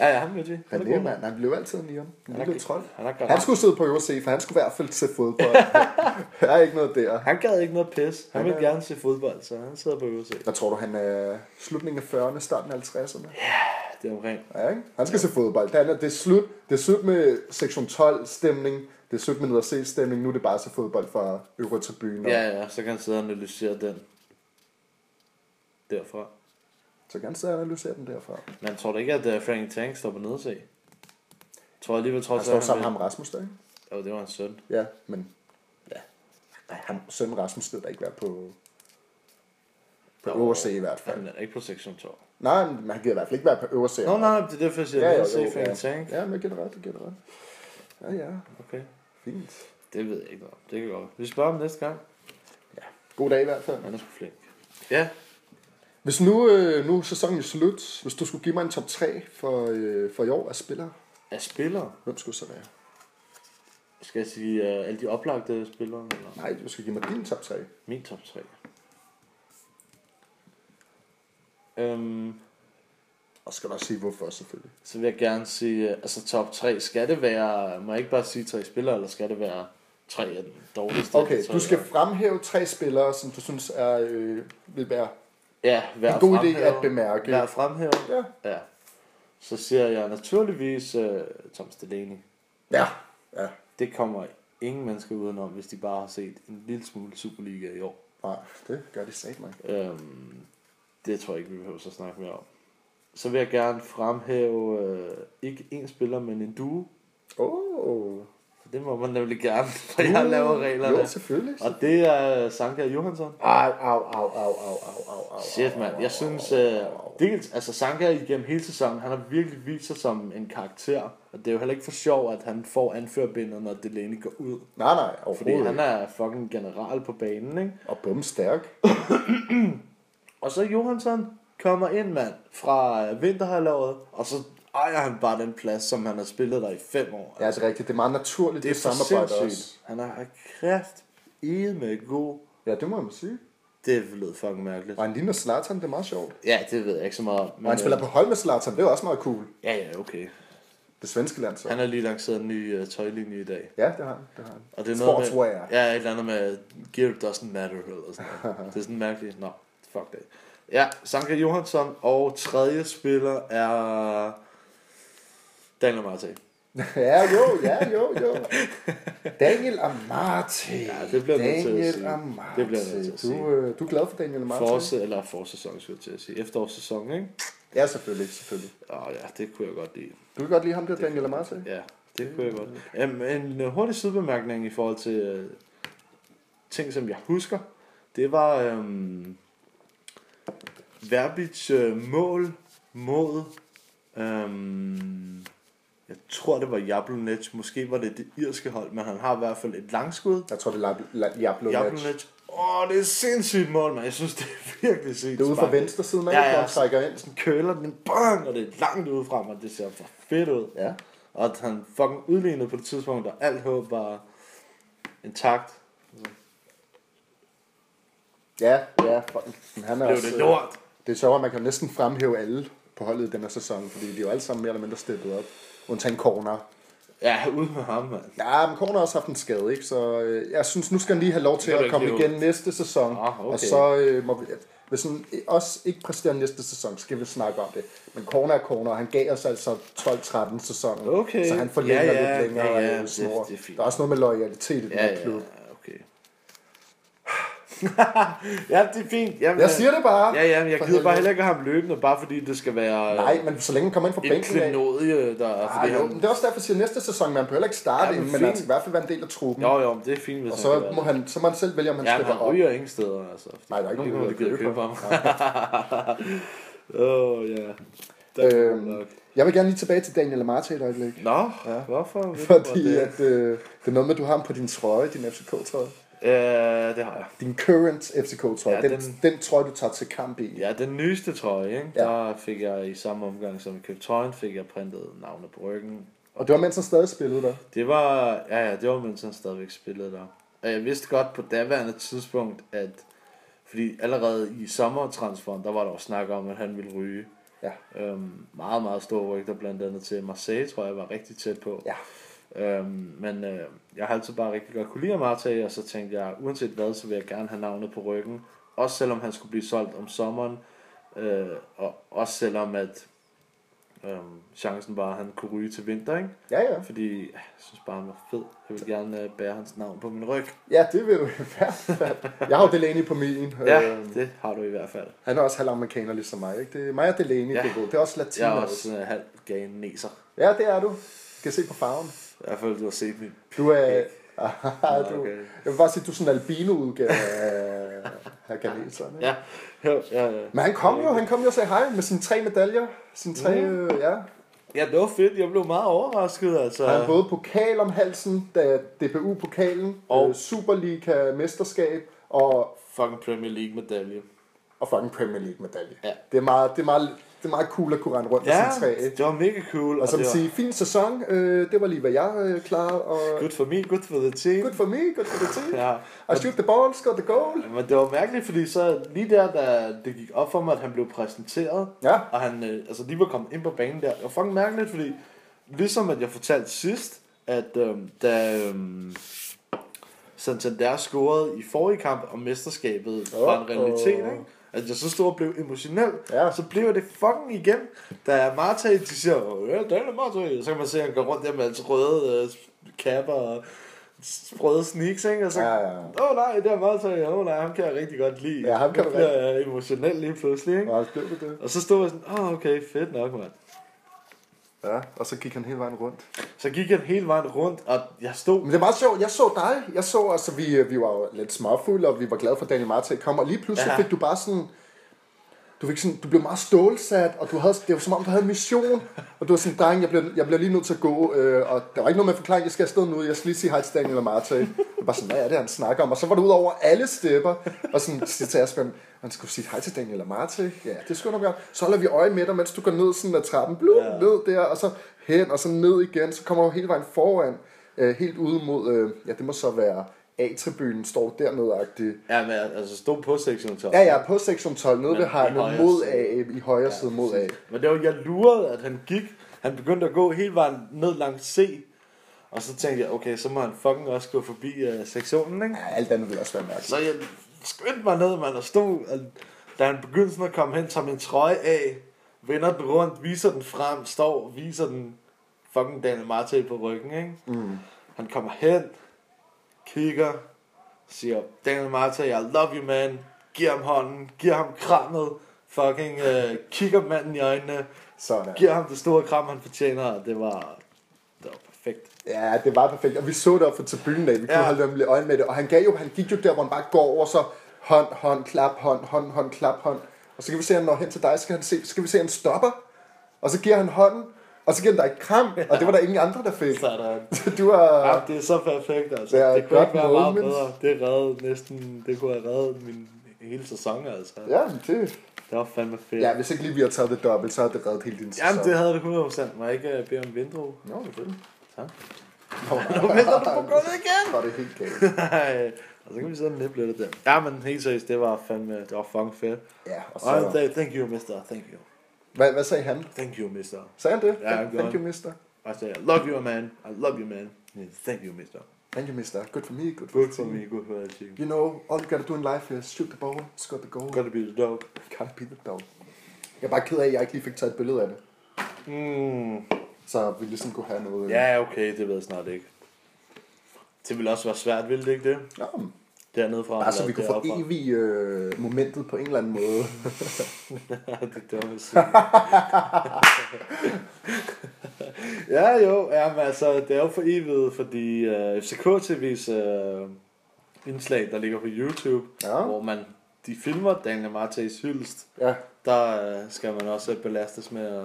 Speaker 2: Ja, ja, ham vil jeg Han er
Speaker 1: René,
Speaker 2: god,
Speaker 1: mand, han blev altid en nieren. En lille
Speaker 2: er-
Speaker 1: trold.
Speaker 2: Han er
Speaker 1: Han
Speaker 2: garant.
Speaker 1: skulle sidde på UFC, for han skulle i hvert fald se
Speaker 2: [LAUGHS]
Speaker 1: fodbold. der er ikke noget der.
Speaker 2: Han gad ikke noget pis. Han
Speaker 1: Han
Speaker 2: vil
Speaker 1: er-
Speaker 2: gerne se fodbold, så han sidder på USA.
Speaker 1: Hvad tror du, han er slutningen af 40'erne, starten af 50'erne?
Speaker 2: Det er omkring.
Speaker 1: Ja, ikke? Han skal se fodbold. Det, er, det, er slut, det er slut med sektion 12-stemning. Det er slut med ned og se stemning. Nu er det bare at se fodbold fra øvre tribunen.
Speaker 2: Ja, ja, så kan han sidde og analysere den. Derfra.
Speaker 1: Så kan han sidde og analysere den derfra.
Speaker 2: Men tror du ikke, at øh, Frank Tank står på nederse? Tror jeg alligevel, tror
Speaker 1: Han står sammen med ham Rasmus der, ikke?
Speaker 2: Jo, det var hans søn.
Speaker 1: Ja, men... Ja. Nej, ham, søn Rasmus skal da ikke være på... På
Speaker 2: Jo.
Speaker 1: øverse i hvert fald.
Speaker 2: Han er ikke på sektion 12.
Speaker 1: Nej, men han gider i hvert fald ikke være på øverse.
Speaker 2: Nå, nej, det er derfor, jeg siger,
Speaker 1: Ja,
Speaker 2: at
Speaker 1: jo,
Speaker 2: jeg
Speaker 1: jo,
Speaker 2: se Frank
Speaker 1: ja.
Speaker 2: Tank.
Speaker 1: Ja, men jeg giver det ret, jeg giver det ret. Ja, ja,
Speaker 2: Okay.
Speaker 1: fint.
Speaker 2: Det ved jeg ikke noget om. Det kan godt. være. Vi spørger ham næste gang.
Speaker 1: God dag i hvert fald.
Speaker 2: Han er sgu flink. Ja,
Speaker 1: Hvis nu, øh, nu er sæsonen jo slut, hvis du skulle give mig en top 3 for, øh, for i år af spillere,
Speaker 2: er spiller.
Speaker 1: hvem skulle det så være?
Speaker 2: Skal jeg sige uh, alle de oplagte spillere? Eller?
Speaker 1: Nej, du skal give mig din top 3.
Speaker 2: Min top 3. Øhm,
Speaker 1: Og skal du også sige hvorfor, selvfølgelig.
Speaker 2: så vil jeg gerne sige, øh, altså top 3, skal det være, må jeg ikke bare sige tre spillere, eller skal det være tre af den dårligste?
Speaker 1: Okay,
Speaker 2: Tre,
Speaker 1: du skal
Speaker 2: eller-
Speaker 1: fremhæve tre spillere, som du synes er, øh, vil være
Speaker 2: ja, hver
Speaker 1: en god idé
Speaker 2: fremhæver.
Speaker 1: at bemærke.
Speaker 2: Hver fremhæver,
Speaker 1: Ja.
Speaker 2: ja. Så siger jeg naturligvis øh, Tom Delaney.
Speaker 1: Ja. Ja.
Speaker 2: Det kommer ingen mennesker udenom, hvis de bare har set en lille smule Superliga i år.
Speaker 1: Nej, det gør det satme ikke.
Speaker 2: Øhm, det tror jeg ikke, vi behøver så snakke mere om. Så vil jeg gerne fremhæve, øh, ikke en spiller, men en duo.
Speaker 1: Oh.
Speaker 2: For det må man nemlig gerne, når jeg laver reglerne.
Speaker 1: Uh, Jo, selvfølgelig.
Speaker 2: Og det er Sanka Johansson.
Speaker 1: Au, au, au, au, au, au, au, au.
Speaker 2: Shit, mand. Jeg synes, øh, dels, altså Sanka igennem hele sæsonen, han har virkelig vist sig som en karakter. Og det er jo heller ikke for sjov, at han får anførbinder, når Delaney går ud.
Speaker 1: Nej, nej,
Speaker 2: Fordi
Speaker 1: overhovedet
Speaker 2: han
Speaker 1: ikke.
Speaker 2: er fucking general på banen, ikke?
Speaker 1: Og bumstærk.
Speaker 2: Og så Johansson kommer ind, mand, fra øh, vinterhalvåret, og så ejer han bare den plads, som han har spillet der i fem år.
Speaker 1: Ja, det er rigtigt. Det er meget naturligt, det,
Speaker 2: det er
Speaker 1: det
Speaker 2: for
Speaker 1: samarbejde også.
Speaker 2: sindssygt. Han har kræft i med god.
Speaker 1: Ja, det må man sige.
Speaker 2: Det lød fucking mærkeligt.
Speaker 1: Og han ligner Zlatan, det er meget sjovt.
Speaker 2: Ja, det ved jeg ikke så meget. om,
Speaker 1: Og han spiller på hold med Zlatan, det er jo også meget cool.
Speaker 2: øh, Ja, ja, okay.
Speaker 1: Det svenske landshold.
Speaker 2: Han har lige lanceret en ny uh, tøjlinje i dag.
Speaker 1: Ja, det har han. Det har han. [LAUGHS]
Speaker 2: Og det er noget
Speaker 1: Sportswear.
Speaker 2: med, ja, et eller andet med, gear doesn't matter, eller sådan noget.
Speaker 1: [LAUGHS]
Speaker 2: Det er sådan mærkeligt. Nå, fuck det. Ja, Sanka Johansson, og tredje spiller er Daniel Marte.
Speaker 1: ja, jo, ja, jo,
Speaker 2: [LAUGHS]
Speaker 1: jo. Daniel Amati.
Speaker 2: Ja, det bliver jeg nødt
Speaker 1: Daniel
Speaker 2: til at sige.
Speaker 1: Amati.
Speaker 2: Det bliver jeg nødt til at sige.
Speaker 1: Du, øh, du er glad for Daniel Amati?
Speaker 2: Forse, eller forsæson, skulle jeg til at sige. Efterårssæson, ikke?
Speaker 1: Ja, selvfølgelig, selvfølgelig.
Speaker 2: Åh ja, det kunne jeg godt lide.
Speaker 1: Du kan godt lide ham der, Daniel Amati?
Speaker 2: Ja, det kunne jeg godt. Um, en øh, hurtig sidebemærkning i forhold til øh, ting, som jeg husker. Det var øhm, Verbits øh, mål mod... Øhm, jeg tror, det var Jablonec. Måske var det det irske hold, men han har i hvert fald et langskud.
Speaker 1: Jeg tror, det er Lab- La- Jablo match.
Speaker 2: Jablonec. Åh, oh, det er et sindssygt mål, man. Jeg synes, det er virkelig sygt.
Speaker 1: Det er ude fra
Speaker 2: sparket.
Speaker 1: venstre siden af,
Speaker 2: Ja,
Speaker 1: ja,
Speaker 2: ja.
Speaker 1: ja. hvor han trækker ind.
Speaker 2: sådan køler den, bang, og det er langt ude frem, og det ser for fedt ud.
Speaker 1: Ja.
Speaker 2: Og at han fucking udlignede på det tidspunkt, og alt håb var intakt.
Speaker 1: Ja, ja. Fuck. Han er
Speaker 2: Blev
Speaker 1: også,
Speaker 2: det
Speaker 1: øh,
Speaker 2: lort.
Speaker 1: Det er sjovt, at man kan jo næsten fremhæve alle på holdet i den her sæson, fordi de er jo alle sammen mere eller mindre steppet op. Undtagen Corner.
Speaker 2: Ja, ud med ham, mand.
Speaker 1: Ja, men Korn har også haft en skade, ikke? Så øh, jeg synes, nu skal han lige have lov til
Speaker 2: Det kan du
Speaker 1: at
Speaker 2: ikke
Speaker 1: komme
Speaker 2: leve
Speaker 1: igen næste sæson.
Speaker 2: Ah, okay.
Speaker 1: Og så øh, må vi... Hvis han også ikke præsterer næste sæson, så skal vi snakke om det. Men Corner er Corner, og han gav os altså 12-13 sæsonen.
Speaker 2: Okay.
Speaker 1: Så han forlænger
Speaker 2: Ja, ja,
Speaker 1: lidt længere.
Speaker 2: ja, ja,
Speaker 1: øh,
Speaker 2: det-
Speaker 1: snor.
Speaker 2: det er fint.
Speaker 1: Der er også noget med loyalitet i den
Speaker 2: Ja,
Speaker 1: her
Speaker 2: ja,
Speaker 1: klub.
Speaker 2: okay. [LAUGHS] ja, det er fint. Jamen,
Speaker 1: Jeg siger det bare.
Speaker 2: Ja, ja, men jeg
Speaker 1: For
Speaker 2: gider
Speaker 1: helvede.
Speaker 2: bare heller ikke have ham løbende, bare fordi det skal være
Speaker 1: Nej, men så længe han kommer ind fra
Speaker 2: en
Speaker 1: bænken af...
Speaker 2: klenodie, der er...
Speaker 1: Ej,
Speaker 2: fordi
Speaker 1: jo,
Speaker 2: han-
Speaker 1: men det er også derfor, jeg siger, at næste sæson, man behøver heller ikke starte ja,
Speaker 2: Ja, men
Speaker 1: men, men han
Speaker 2: fint.
Speaker 1: skal i hvert fald være en del af truppen.
Speaker 2: Jo, jo, men det er fint, hvis
Speaker 1: og
Speaker 2: han
Speaker 1: så
Speaker 2: skal
Speaker 1: må, han, så må han selv vælge, om han
Speaker 2: Ja, men
Speaker 1: skal
Speaker 2: han
Speaker 1: derop.
Speaker 2: ryger ingen steder, altså.
Speaker 1: Nej, der er ikke nogen,
Speaker 2: der
Speaker 1: der gider
Speaker 2: gider købe
Speaker 1: købe
Speaker 2: ham. [LAUGHS] Åh, ja.
Speaker 1: Øhm,
Speaker 2: Øhm.
Speaker 1: Jeg vil gerne lige tilbage til Daniel Amarte et øjeblik.
Speaker 2: Nå, ja. hvorfor? Ved du, hvor
Speaker 1: Fordi
Speaker 2: det?
Speaker 1: at, øh, det er noget med, at du har ham på din trøje, din FCK-trøje.
Speaker 2: Øh, det har jeg.
Speaker 1: Din current FCK-trøje.
Speaker 2: Ja,
Speaker 1: Ja, den,
Speaker 2: den-
Speaker 1: den, den trøje, du tager til kamp i.
Speaker 2: Ja, den nyeste trøje, ikke? Ja.
Speaker 1: Ja.
Speaker 2: Der fik jeg i samme omgang, som jeg købte trøjen, fik jeg printet navnet på ryggen.
Speaker 1: Og det var mens han stadig spillede der.
Speaker 2: Det var, ja, ja, det var mens han stadigvæk spillede der. Og jeg vidste godt på daværende tidspunkt, at fordi allerede i sommertransferen, der var der jo snak om, at han ville ryge.
Speaker 1: Ja.
Speaker 2: Øhm, meget, meget store rygter, blandt andet til Marseille, tror jeg, var rigtig tæt på.
Speaker 1: Ja.
Speaker 2: Øhm, men øh, jeg har altid bare rigtig godt kunne lide Amartey, og så tænkte jeg, uanset hvad, så vil jeg gerne have navnet på ryggen. Også selvom han skulle blive solgt om sommeren, øh, og også selvom at øh, chancen var, at han kunne ryge til vinter, ikke?
Speaker 1: Ja, ja.
Speaker 2: Fordi øh, jeg synes bare, han var fed. Jeg vil gerne øh, bære hans navn på min ryg.
Speaker 1: Ja, det vil du i hvert fald. Jeg har jo Delaney på min.
Speaker 2: [LAUGHS]
Speaker 1: Øh,
Speaker 2: Ja, Øh, det har du i hvert fald.
Speaker 1: han er også halvamerikaner ligesom mig, ikke? Det er mig og Delaney,
Speaker 2: Ja.
Speaker 1: ja. det, det er også latiner.
Speaker 2: Jeg er også øh, halv ganeser.
Speaker 1: Ja, det er du. Du kan se på farven.
Speaker 2: I hvert fald, du har set min
Speaker 1: Du er... [LAUGHS] Ah,
Speaker 2: Nå,
Speaker 1: du,
Speaker 2: okay.
Speaker 1: jeg vil bare sige, du er sådan en albino-udgave af af ganeseren. ikke?
Speaker 2: Ja, jo, ja, ja.
Speaker 1: Men han kom jo, han kom jo og sagde hej med sine tre medaljer. Sine tre, mm. ja.
Speaker 2: ja, det var fedt. Jeg blev meget overrasket, altså.
Speaker 1: Der er både pokal om halsen, der er DBU-pokalen,
Speaker 2: Og-
Speaker 1: og øh, Superliga-mesterskab og,
Speaker 2: Fucking Premier League-medalje.
Speaker 1: og fucking Premier League-medalje.
Speaker 2: Ja.
Speaker 1: Det, er meget, det, er meget, det er meget cool at kunne rende rundt med sine tre. ikke?
Speaker 2: det var mega cool.
Speaker 1: Og som
Speaker 2: det var
Speaker 1: sige, fin sæson, øh, det var lige, hvad jeg øh, klarede, og
Speaker 2: good for me, good for the team.
Speaker 1: good for me, good for the team.
Speaker 2: Ja.
Speaker 1: I shoot the ball, score the goal.
Speaker 2: Men det var mærkeligt, fordi så lige der, da det gik op for mig, at han blev præsenteret,
Speaker 1: Ja,
Speaker 2: og han øh, altså lige var kommet ind på banen der, det var fucking mærkeligt, fordi ligesom at jeg fortalte sidst, at øh, da øh, Santander scorede i forrige kamp, og mesterskabet var en
Speaker 1: Uh-oh.
Speaker 2: realitet, ikke? at jeg så stod og blev emotionel,
Speaker 1: Ja.
Speaker 2: så blev det fucking igen, da Marta, de siger, "Åh, ja, Daniel Marta, så kan man se, at han går rundt der med hans røde øh, kapper og s- røde sneaks, ikke? og så,
Speaker 1: Ja, ja.
Speaker 2: åh oh, nej, det er Marta, åh oh, nej, ham kan jeg rigtig godt lide,
Speaker 1: Ja, ham kan
Speaker 2: Nu
Speaker 1: du
Speaker 2: bliver jeg emotionel lige pludselig, ikke?
Speaker 1: og så blev det det.
Speaker 2: Og så stod jeg sådan, åh oh, okay, fedt nok, mand.
Speaker 1: Ja, og så gik han hele vejen rundt.
Speaker 2: Så gik jeg hele vejen rundt, og jeg stod...
Speaker 1: Men det er meget sjovt, jeg så dig, jeg så, altså vi, øh, vi var jo lidt småfulde, og vi var glade for at Daniel Marte kom, og lige pludselig
Speaker 2: Ja.
Speaker 1: ja. fik du bare sådan, du, fik sådan, du blev meget stålsat, og du havde, det var som om, du havde en mission, og du var sådan, dreng, jeg bliver, jeg bliver lige nødt til at gå, øh, og der var ikke noget med forklaring, jeg skal afsted nu, jeg skal lige sige hej til Daniel og Marte. Jeg var bare sådan, hvad er det, han snakker om? Og så var du ud over alle stepper, og sådan siger til Asbjørn, han skulle sige hej til Daniel og Marte. Ja, det skulle du gøre. Så holder vi øje med dig, mens du går ned sådan ad trappen, blum,
Speaker 2: Ja.
Speaker 1: ja. ned der, og så hen, og så ned igen, så kommer du hele vejen foran, øh, helt ude mod, øh, ja, det må så være A-tribunen, står dernede-agtigt.
Speaker 2: Ja, men jeg- altså stod på sektion 12.
Speaker 1: Ja, ja, på sektion 12, nede
Speaker 2: Men
Speaker 1: ved
Speaker 2: i
Speaker 1: hegnet,
Speaker 2: højre
Speaker 1: mod
Speaker 2: side.
Speaker 1: A, i højre side mod A.
Speaker 2: Men det var, jeg lurede, at han gik. Han begyndte at gå hele vejen ned langs C. Og så tænkte jeg, okay, så må han fucking også gå forbi uh, sektionen, ikke?
Speaker 1: Ja, alt andet vil også være mærkeligt.
Speaker 2: Så jeg skyndte mig ned, man, og stod, og da han begyndte sådan at komme hen, tager min trøje af, vender den rundt, viser den frem, står, viser den fucking Daniel Martel på ryggen, ikke?
Speaker 1: Mm.
Speaker 2: Han kommer hen, kigger, siger, Daniel Marta, I love you, man. Giv ham hånden, giv ham krammet, fucking øh, kigger manden i øjnene,
Speaker 1: Sådan.
Speaker 2: giver ham det store kram, han fortjener, og det var, det var perfekt.
Speaker 1: Ja, det var perfekt. Og vi så det op fra tribunen af. Vi kunne
Speaker 2: Ja.
Speaker 1: ja. holde dem lidt øje med det. Og han, gav jo, han gik jo der, hvor han bare går over så hånd, hånd, klap, hånd, hånd, hånd, klap, hånd. Og så kan vi se, at han når hen til dig. Så kan, han se, så kan vi se, at han stopper. Og så giver han hånden. Og så giver han dig et kram. Og det var der ingen andre, der fik. [LAUGHS]
Speaker 2: Så er der,
Speaker 1: Du er...
Speaker 2: ja, det er så perfekt, altså.
Speaker 1: Det er
Speaker 2: Det kunne
Speaker 1: godt
Speaker 2: ikke være meget
Speaker 1: moment.
Speaker 2: bedre. Det reddede næsten, det kunne have reddet min hele sæson, altså.
Speaker 1: Ja, men det...
Speaker 2: Det var fandme fedt.
Speaker 1: Ja, hvis ikke lige vi har taget det dobbelt, så har det reddet hele din sæson.
Speaker 2: Jamen, det havde det 100%. Må jeg ikke øh, bede om [LAUGHS] vindru?
Speaker 1: Nå, det er det.
Speaker 2: Tak.
Speaker 1: Nå,
Speaker 2: [LAUGHS] Nu venter du på gulvet igen!
Speaker 1: var det helt galt.
Speaker 2: Ej, og så kan vi sidde og nippe lidt af dem. Ja, men helt seriøst, det var fandme, det var fucking fedt.
Speaker 1: Ja, og
Speaker 2: Og
Speaker 1: så...
Speaker 2: th- thank you, mister, thank you.
Speaker 1: Hvad, hvad sagde han?
Speaker 2: Thank you, mister.
Speaker 1: Sagde han det?
Speaker 2: Ja, han gjorde
Speaker 1: Thank
Speaker 2: han.
Speaker 1: you, mister.
Speaker 2: Og så sagde jeg, love you, man. I love you, man. Yeah, Thank you, mister.
Speaker 1: Thank you, mister. Good for me, good for,
Speaker 2: Good
Speaker 1: the
Speaker 2: for
Speaker 1: team.
Speaker 2: me, good for the team.
Speaker 1: You know, all you gotta do in life is shoot the ball, score the goal,
Speaker 2: Gotta be the dog.
Speaker 1: gotta be the dog. Jeg er bare ked af, at jeg ikke lige fik taget et billede af det,
Speaker 2: Mm.
Speaker 1: så vi ligesom kunne have noget.
Speaker 2: Ja, okay, det ved jeg snart ikke. Det ville også være svært, ville det ikke det?
Speaker 1: Nå, men
Speaker 2: Dernede fra. [LAUGHS]
Speaker 1: bare så vi kunne få
Speaker 2: deroppe
Speaker 1: evig øh, momentet på en eller anden måde.
Speaker 2: fra. det dumme svin. [LAUGHS] ja, jo, ja, men altså, det er jo for evigt, fordi uh, FCK-TV's uh, indslag, der ligger på YouTube, ja.
Speaker 1: Ja.
Speaker 2: hvor man de filmer Daniel Martes hyldest,
Speaker 1: Ja,
Speaker 2: der øh, skal man også belastes med at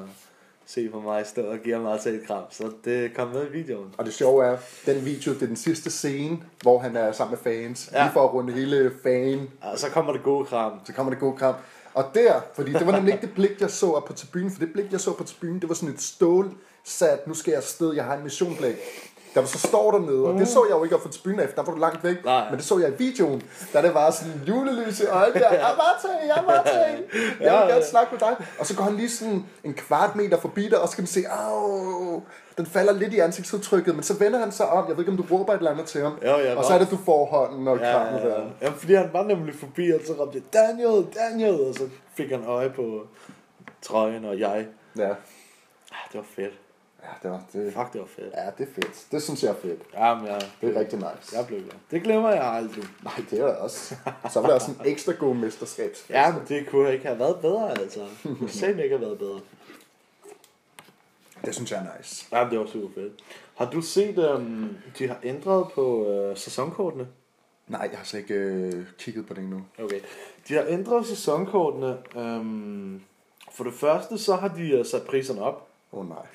Speaker 2: se på mig stå og give ham Martes et kram. Så det kom med i videoen.
Speaker 1: og det sjove er, den video, det er den sidste scene, hvor han er sammen med fans.
Speaker 2: Ja.
Speaker 1: Ja. Lige for at runde hele fan,
Speaker 2: Og så kommer det gode kram.
Speaker 1: så kommer det gode kram. Og der, fordi det var nemlig ikke det blik, jeg så op på tribunen, for det blik, jeg så på tribunen, det var sådan et stålsat, nu skal jeg afsted, jeg har en missionblik. Da du så står dernede, og det så jeg jo ikke at få til byen efter, der var du langt væk.
Speaker 2: Nej.
Speaker 1: Men det så jeg i videoen, da det var sådan julelys i øjebjerg. Jeg var til, jeg var til. Jeg vil
Speaker 2: Ja.
Speaker 1: gerne snakke med dig. Og så går han lige sådan en kvart meter forbi dig, og så kan man se, au, den falder lidt i ansigtsudtrykket, men så vender han sig om. Jeg ved ikke, om du råber et eller andet til ham.
Speaker 2: Jo, ja,
Speaker 1: og så er det, du får hånden og ja, krammer der.
Speaker 2: ja, fordi han var nemlig forbi, og så råbte jeg, Daniel, Daniel, og så fik han øje på trøjen og jeg.
Speaker 1: Ja.
Speaker 2: Ah, det var fedt.
Speaker 1: ja, det var det.
Speaker 2: Fuck, det var fedt.
Speaker 1: Ja, det er fedt. Det synes jeg er fedt.
Speaker 2: Jamen, jeg,
Speaker 1: Det er rigtig nice.
Speaker 2: jeg blev glad. Det glemmer jeg aldrig.
Speaker 1: Nej, det er der også. Så var der også en ekstra god mesterskabsfest.
Speaker 2: Ja, men det kunne ikke have været bedre, altså. Det kunne selv ikke have været bedre.
Speaker 1: Det synes jeg er nice.
Speaker 2: Ja, det var super fedt. Har du set, øhm, de har ændret på øh, sæsonkortene?
Speaker 1: Nej, jeg har slet ikke øh, kigget på det endnu.
Speaker 2: Okay. De har ændret sæsonkortene. Øhm, for det første, så har de øh, sat priserne op
Speaker 1: Åh oh, nej.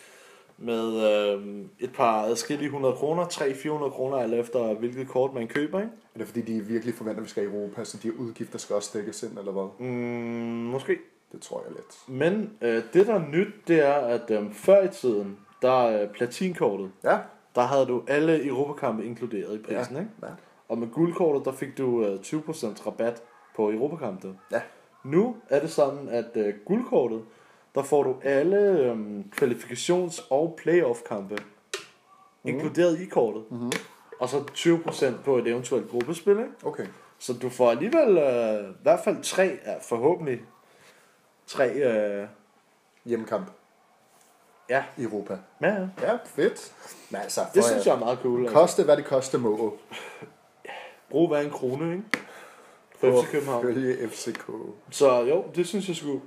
Speaker 2: med øhm, et par adskillige 100 kroner, 300-400 kroner, alt efter hvilket kort man køber, ikke?
Speaker 1: Er det fordi, de virkelig forventer, at vi skal i Europa, så de her udgifter skal også dækkes ind, eller hvad?
Speaker 2: Mm, måske.
Speaker 1: Det tror jeg lidt.
Speaker 2: Men øh, det, der er nyt, det er, at øhm, før i tiden, der øh, platinkortet,
Speaker 1: Ja.
Speaker 2: der havde du alle europakampe inkluderet i prisen, ja. ikke?
Speaker 1: Ja.
Speaker 2: Og med guldkortet, der fik du øh, 20% rabat på europakampene.
Speaker 1: Ja.
Speaker 2: Nu er det sådan, at øh, guldkortet, der får du alle øh, kvalifikations- og playoff-kampe mm. inkluderet i kortet. Mm-hmm. Og så 20% på et eventuelt gruppespil. Ikke?
Speaker 1: Okay.
Speaker 2: Så du får alligevel øh, i hvert fald tre, ja, forhåbentlig tre, øh,
Speaker 1: Hjemmekamp
Speaker 2: ja,
Speaker 1: i Europa.
Speaker 2: ja, ja.
Speaker 1: Ja, fedt. Men altså, for
Speaker 2: Det synes jeg er meget cool. Kost.
Speaker 1: Koste, hvad det koste må.
Speaker 2: Brug hver en krone, ikke? For
Speaker 1: For
Speaker 2: FC København.
Speaker 1: Følge FCK.
Speaker 2: Så jo, det synes jeg sgu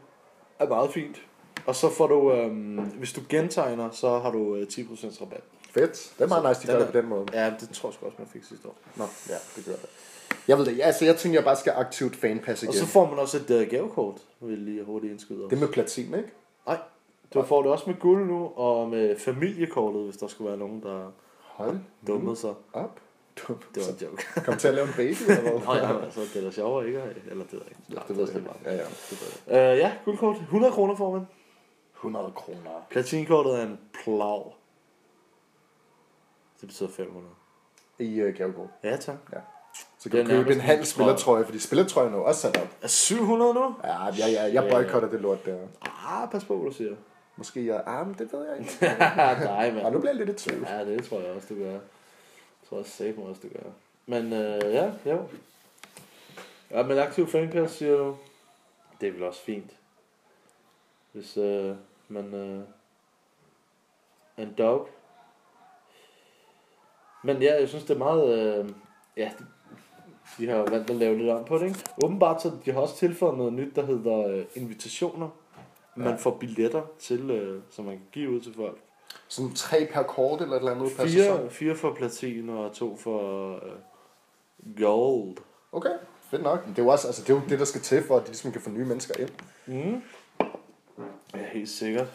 Speaker 2: er meget fint. Og så får du, øhm, hvis du gentegner, så har du øh, 10% rabat.
Speaker 1: Fedt. Det er meget nice, de gør
Speaker 2: den
Speaker 1: det på den måde.
Speaker 2: Ja, det tror jeg sgu også, man fik sidste år.
Speaker 1: Nå, ja, det gør det. Jeg ved det. Ja, altså, jeg tænker, jeg bare skal aktivt fanpasse
Speaker 2: Og
Speaker 1: igen.
Speaker 2: så får man også et øh, gavekort, vil jeg lige hurtigt indskyde også.
Speaker 1: Det med platin, ikke?
Speaker 2: Nej, du får det også med guld nu, og med familiekortet, hvis der skulle være nogen, der
Speaker 1: Hold
Speaker 2: dummede sig.
Speaker 1: op. Du
Speaker 2: Det var en Mhm. joke.
Speaker 1: kom til at lave en baby, eller hvad?
Speaker 2: [LAUGHS] Nå ja, altså, det er da sjovere, ikke? Eller det er da ikke. Nej,
Speaker 1: det ved jeg ikke. Ja, ja. Det ved jeg.
Speaker 2: Øh, ja, guldkort. 100 kroner får man.
Speaker 1: 100 kroner.
Speaker 2: Platinkortet er en plav. Det betyder 500.
Speaker 1: I uh, gavegård.
Speaker 2: Ja, tak.
Speaker 1: Ja. Så
Speaker 2: Det
Speaker 1: kan
Speaker 2: er
Speaker 1: du købe
Speaker 2: nærmest
Speaker 1: en halv
Speaker 2: en
Speaker 1: spillertrøje, fordi spillertrøjen er jo også sat op.
Speaker 2: Er 700 nu?
Speaker 1: Ja, ja, ja, jeg boykotter det lort der.
Speaker 2: Ah, pas på, hvad du siger.
Speaker 1: Måske jeg... Ah, men det ved jeg ikke.
Speaker 2: [LAUGHS] Nej,
Speaker 1: Og
Speaker 2: mand.
Speaker 1: nu bliver jeg lidt i tvivl.
Speaker 2: Ja, det tror jeg også, du gør. Jeg tror også, Safe også, du gør. Men øh, ja, jo. Ja, men aktiv fanpass, siger du. Det er vel også fint. Hvis øh, man øh, er en dog. Men ja, jeg synes, det er meget... Øh, ja, de har valgt at lave lidt om på det, ikke? Åbenbart så de har også tilføjet noget nyt, der hedder øh, invitationer. Man
Speaker 1: Ja.
Speaker 2: får billetter til, øh, som man kan give ud til folk.
Speaker 1: Sådan tre per kort eller et eller andet per sæson.
Speaker 2: Fire, fire for platin og to for øh, gold.
Speaker 1: Okay, fedt nok. Men det er jo også altså, det, er jo det, der skal til for, at de ligesom kan få nye mennesker ind.
Speaker 2: Mm. Ja, helt sikkert.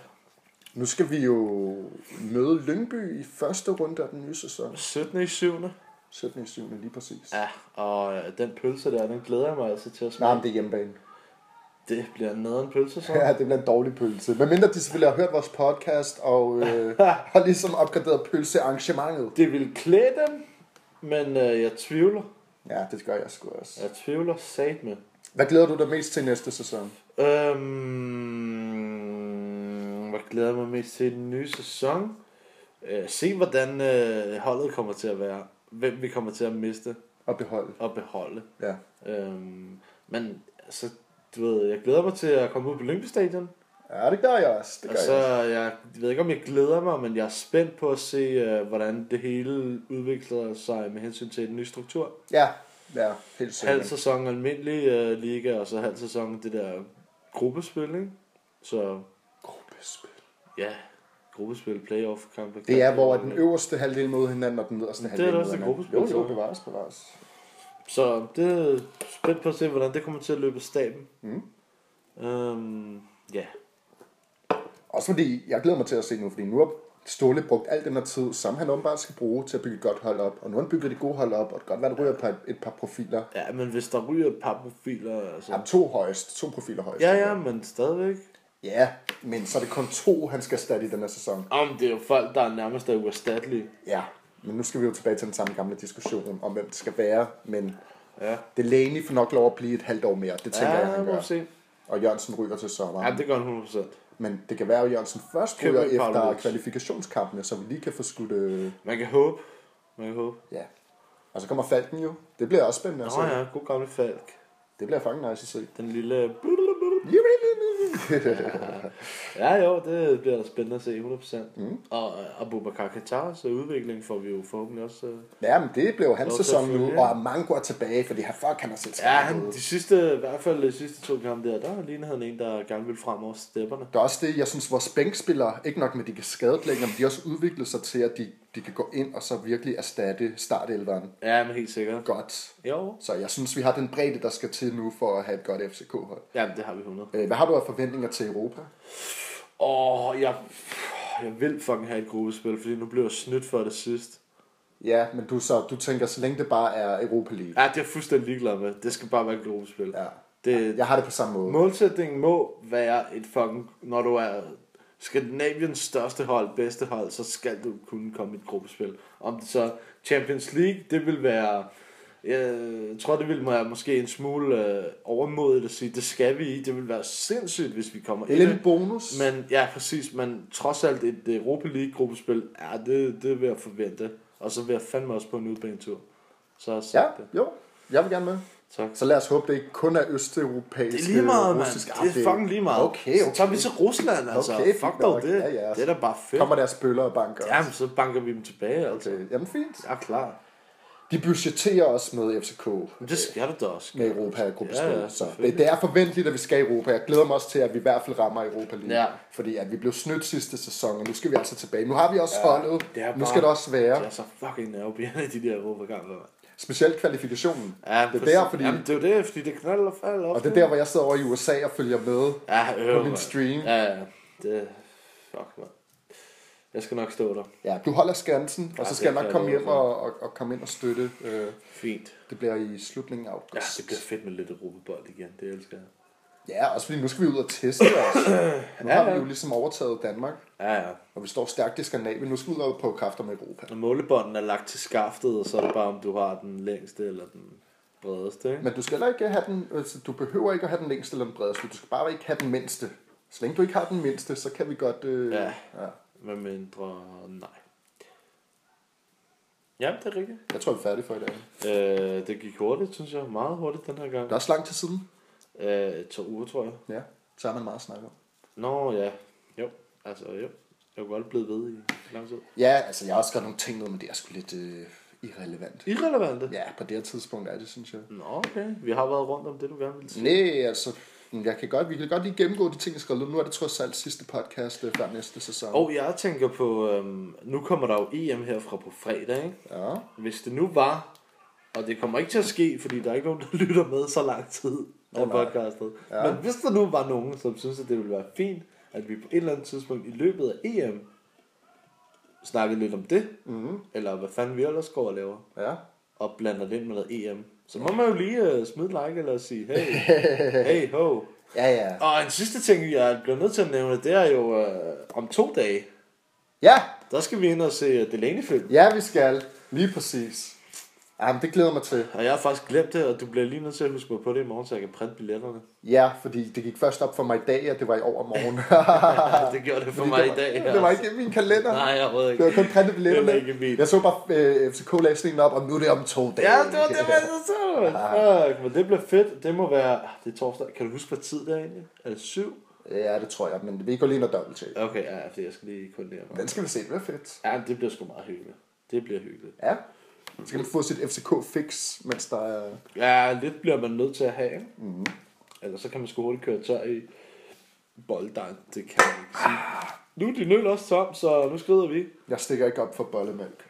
Speaker 1: Nu skal vi jo møde Lyngby i første runde af den nye sæson.
Speaker 2: 17. i 7.
Speaker 1: 17. 7. lige præcis.
Speaker 2: Ja, og øh, den pølse der, den glæder jeg mig altså til at smage.
Speaker 1: Nej, men det er hjemmebane.
Speaker 2: Det bliver noget en pølse, så.
Speaker 1: Ja, det bliver en dårlig pølse. Men mindre de selvfølgelig har hørt vores podcast og øh, har ligesom opgraderet pølsearrangementet.
Speaker 2: Det vil klæde dem, men øh, jeg tvivler.
Speaker 1: Ja, det gør jeg sgu også.
Speaker 2: Jeg tvivler sat med.
Speaker 1: Hvad glæder du dig mest til næste sæson?
Speaker 2: Øhm, hvad glæder jeg mig mest til i den nye sæson? Øh, se, hvordan øh, holdet kommer til at være. Hvem vi kommer til at miste
Speaker 1: At beholde.
Speaker 2: og beholde.
Speaker 1: Ja.
Speaker 2: Øhm, men så, du ved, jeg glæder mig til at komme ud på Lyngby Stadion.
Speaker 1: ja, det gør jeg også. Det
Speaker 2: Og
Speaker 1: gør
Speaker 2: så,
Speaker 1: jeg også.
Speaker 2: jeg, jeg ved ikke om jeg glæder mig, men jeg er spændt på at se, øh, hvordan det hele udvikler sig med hensyn til den nye struktur.
Speaker 1: Ja, ja, helt sikkert.
Speaker 2: Halv sæson almindelig øh, liga, og så halv sæson det der gruppespil, ikke? Så
Speaker 1: Gruppespil.
Speaker 2: ja, gruppespil, playoff kampe.
Speaker 1: Det er, hvor at den øverste halvdel møder hinanden, og den nederste halvdel
Speaker 2: da
Speaker 1: møder
Speaker 2: også et
Speaker 1: hinanden.
Speaker 2: gruppespil,
Speaker 1: Jo, jo,
Speaker 2: så.
Speaker 1: bevares, bevares.
Speaker 2: Så det er spændt på at se, hvordan det kommer til at løbe af staben.
Speaker 1: Mm.
Speaker 2: Øhm, ja,
Speaker 1: Også fordi, jeg glæder mig til at se nu, fordi nu har Ståle brugt al den her tid, som han åbenbart skal bruge til at bygge et godt hold op. Og nu har han bygget det gode hold op, og det kan godt være, der ryger et par, et par profiler.
Speaker 2: ja, men hvis der ryger et par profiler, altså,
Speaker 1: Ja, to højst, to profiler højst.
Speaker 2: Ja, ja, men stadigvæk.
Speaker 1: Ja, men så er det kun to, han skal erstatte i den her sæson.
Speaker 2: Om det er jo folk, der er nærmest er uerstattelige.
Speaker 1: Ja, Men nu skal vi jo tilbage til den samme gamle diskussion om, hvem det skal være. Men
Speaker 2: Ja.
Speaker 1: Delaney får nok lov at blive et halvt år mere. Det tænker ja, jeg,
Speaker 2: Ja,
Speaker 1: han
Speaker 2: må vi
Speaker 1: gør.
Speaker 2: se.
Speaker 1: Og Jørgensen ryger til sommer.
Speaker 2: Ja, det gør han 100%.
Speaker 1: Men det kan være, at Jørgensen først
Speaker 2: Køb
Speaker 1: ryger
Speaker 2: et par
Speaker 1: efter
Speaker 2: løs.
Speaker 1: kvalifikationskampene, så vi lige kan få skudt... Øh,
Speaker 2: Man kan håbe. Man kan håbe.
Speaker 1: ja. Og så kommer Falken jo. Det bliver også spændende at se.
Speaker 2: Nå ja, god gamle Falk.
Speaker 1: Det bliver fucking nice at se.
Speaker 2: Den lille... Ja, jo, det bliver da spændende at se, 100%. Mm. Og øh, Abubakar Katars udvikling får vi jo forhåbentlig også... øh,
Speaker 1: [LAUGHS] Ja, men det blev jo hans
Speaker 2: Lov til at
Speaker 1: sæson nu,
Speaker 2: følge.
Speaker 1: og Mango er tilbage, fordi han fuck, han har set
Speaker 2: Ja,
Speaker 1: skadet
Speaker 2: han,
Speaker 1: ud.
Speaker 2: de sidste, i hvert fald de sidste to kampe der, der lignede han en, der gerne ville frem over stepperne.
Speaker 1: Det er også det, jeg synes, vores bænkspillere, ikke nok med, at de kan skadelægge, men de har også udviklet sig til, at de, de kan gå ind og så virkelig erstatte startelveren
Speaker 2: Ja, men helt sikkert.
Speaker 1: godt.
Speaker 2: Jo.
Speaker 1: Så jeg synes, vi har den bredde, der skal til nu for at have et godt FCK-hold.
Speaker 2: Ja, det har vi 100.
Speaker 1: Øh, Hvad har du af forventninger til Europa?
Speaker 2: Åh, oh, jeg, jeg vil fucking have et gruppespil, fordi nu blev jeg snydt for det sidst.
Speaker 1: Ja, men du, så, du tænker, så længe det bare er Europa League.
Speaker 2: Ja, det er jeg fuldstændig ligeglad med. Det skal bare være et gruppespil.
Speaker 1: Ja.
Speaker 2: Det,
Speaker 1: Jeg har det på samme måde.
Speaker 2: Målsætningen må være et fucking... Når du er Skandinaviens største hold, bedste hold, så skal du kunne komme i et gruppespil. Om det så Champions League, det vil være... Jeg tror, det vil være måske en smule øh, overmodigt at sige, det skal vi i. Det vil være sindssygt, hvis vi kommer
Speaker 1: Det er
Speaker 2: i
Speaker 1: lidt en bonus.
Speaker 2: Men ja, præcis. Men trods alt et Europa League-gruppespil, ja, det, det vil jeg forvente. Og så vil jeg fandme også på en udbanetur. Så så
Speaker 1: Ja,
Speaker 2: det.
Speaker 1: jo. Jeg vil gerne med.
Speaker 2: Tak.
Speaker 1: Så lad os håbe, det ikke kun er østeuropæiske
Speaker 2: Det er lige meget, mand.
Speaker 1: russiske- Ah,
Speaker 2: Det er fucking lige meget.
Speaker 1: Okay,
Speaker 2: Så tager vi til Rusland, altså.
Speaker 1: Okay,
Speaker 2: Okay,
Speaker 1: fint
Speaker 2: Fuck dog
Speaker 1: nok.
Speaker 2: det.
Speaker 1: Ja, ja. altså.
Speaker 2: Det er da bare fedt.
Speaker 1: Kommer deres bøller og banker os.
Speaker 2: Jamen, så banker vi dem tilbage, altså. Okay.
Speaker 1: Okay, jamen fint.
Speaker 2: Ja, klar.
Speaker 1: De budgetterer os med FCK
Speaker 2: Men det skal du da også.
Speaker 1: med Europa gruppespil.
Speaker 2: Ja,
Speaker 1: Ja,
Speaker 2: ja,
Speaker 1: ja, så det,
Speaker 2: selvfølgelig.
Speaker 1: det, er forventeligt, at vi skal i Europa. Jeg glæder mig også til, at vi i hvert fald rammer Europa lige.
Speaker 2: Ja.
Speaker 1: Fordi at vi blev snydt sidste sæson, og nu skal vi altså tilbage. Nu har vi også ja, holdet.
Speaker 2: det er
Speaker 1: nu
Speaker 2: bare-
Speaker 1: skal det også være.
Speaker 2: Det er så fucking nervebjerne, de der Europa-kampe, mand.
Speaker 1: Specielt kvalifikationen.
Speaker 2: Ja,
Speaker 1: det er
Speaker 2: præcis.
Speaker 1: der, fordi,
Speaker 2: Jamen, det er jo det, fordi det knalder og falder
Speaker 1: og det er der, hvor jeg sidder over i USA og følger med
Speaker 2: ja, øh,
Speaker 1: på min
Speaker 2: mand.
Speaker 1: stream.
Speaker 2: Ja, ja. Det... Fuck, mand. Jeg skal nok stå der.
Speaker 1: Ja, du holder skansen, og så
Speaker 2: det
Speaker 1: skal jeg nok
Speaker 2: kan jeg
Speaker 1: komme
Speaker 2: love
Speaker 1: hjem
Speaker 2: for.
Speaker 1: og, og, og komme ind og støtte. Øh,
Speaker 2: Fint.
Speaker 1: Det bliver i slutningen af august.
Speaker 2: Ja, det bliver fedt med lidt Europa-bold igen. Det elsker jeg.
Speaker 1: Ja, også fordi nu skal vi ud og teste
Speaker 2: [COUGHS]
Speaker 1: os. Nu
Speaker 2: Ja,
Speaker 1: har
Speaker 2: ja.
Speaker 1: vi jo ligesom overtaget Danmark,
Speaker 2: Ja, ja.
Speaker 1: og vi står stærkt i Skandinavien. Nu skal vi ud og prøve kræfter med Europa.
Speaker 2: Når målebånden er lagt til skaftet, og så er det bare, om du har den længste eller den bredeste, ikke?
Speaker 1: Men du skal heller ikke have den, altså, du behøver ikke at have den længste eller den bredeste. Du skal bare ikke have den mindste. Så længe du ikke har den mindste, så kan vi godt... Øh,
Speaker 2: Ja.
Speaker 1: ja.
Speaker 2: Med mindre nej. Ja, det er rigtigt.
Speaker 1: Jeg tror, vi er færdige for i dag.
Speaker 2: Øh, det gik hurtigt, synes jeg. Meget hurtigt den her gang.
Speaker 1: Det er også lang tid siden.
Speaker 2: Øh, to uger, tror jeg.
Speaker 1: Ja, så har man meget at snakke om.
Speaker 2: Nå, ja. Jo, altså jo. Jeg kunne godt blive ved i lang tid.
Speaker 1: Ja, altså jeg har også skrevet nogle ting ned, men det er sgu lidt øh, irrelevant.
Speaker 2: Irrelevante?
Speaker 1: Ja, på det her tidspunkt er det, synes jeg.
Speaker 2: Nå, okay. Vi har været rundt om det, du gerne ville sige.
Speaker 1: Nej, altså, jeg kan godt, vi kan godt lige gennemgå de ting, jeg skrev ned. Nu er det trods alt sidste podcast øh, før næste sæson.
Speaker 2: Og jeg tænker på, øhm, nu kommer der jo EM herfra på fredag, ikke?
Speaker 1: Ja.
Speaker 2: Hvis det nu var, og det kommer ikke til at ske, fordi der er ikke nogen, der [LAUGHS] lytter med så lang tid af
Speaker 1: nej.
Speaker 2: podcastet.
Speaker 1: Ja.
Speaker 2: Ja. Men hvis der nu var nogen, som synes, at det ville være fint, at vi på et eller andet tidspunkt i løbet af EM snakkede lidt om det,
Speaker 1: Mhm.
Speaker 2: mm-hmm. eller hvad fanden vi ellers går og laver,
Speaker 1: Ja.
Speaker 2: og blander det ind med noget EM. Så må man jo lige uh, smide like eller sige,
Speaker 1: [LAUGHS]
Speaker 2: hey, hey ho.
Speaker 1: Ja, ja.
Speaker 2: Og en sidste ting, jeg bliver nødt til at nævne, det er jo uh, om to dage,
Speaker 1: Ja,
Speaker 2: der skal vi ind og se øh, Delaney-film.
Speaker 1: ja vi skal. Lige præcis. Jamen, det glæder jeg mig til.
Speaker 2: Og jeg har faktisk glemt det, og du bliver lige nødt til at huske mig på det i morgen, så jeg kan printe
Speaker 1: [LAUGHS]
Speaker 2: billetterne.
Speaker 1: Ja, fordi det gik først op for mig i dag, at det var i [LAUGHS] overmorgen.
Speaker 2: Ja, det gjorde det for
Speaker 1: Fordi
Speaker 2: mig
Speaker 1: Ah, det
Speaker 2: i dag.
Speaker 1: Var, det var ikke i min kalender.
Speaker 2: Nej, jeg ved ikke.
Speaker 1: Det var kun printet
Speaker 2: Det var ikke
Speaker 1: billetterne.
Speaker 2: min.
Speaker 1: Jeg så bare øh, FCK lagde sådan en op, og nu er det om to dage.
Speaker 2: Ja, det var det, man så
Speaker 1: [LAUGHS] Ah.
Speaker 2: Fuck, men det bliver fedt. Det må være... Ah, Det er torsdag. Kan du huske, hvad tid det er egentlig? Er det syv?
Speaker 1: Ja, det tror jeg, men vi går lige noget dobbelt til.
Speaker 2: Okay, ja, fordi jeg skal lige koordinere mig.
Speaker 1: Den skal vi se, det bliver fedt.
Speaker 2: Ja, det bliver sgu meget hyggeligt. Det bliver hyggeligt.
Speaker 1: Ja. Så skal man få sit FCK-fix, mens der er...
Speaker 2: Ja, lidt bliver man nødt til at have, ikke?
Speaker 1: Mhm.
Speaker 2: Mm-hmm. Ellers så kan man sgu hurtigt køre tør i bolddejen. Det kan man ikke sige. Nu er din øl også tom, så nu skrider vi.
Speaker 1: Jeg stikker ikke op for bollemælk.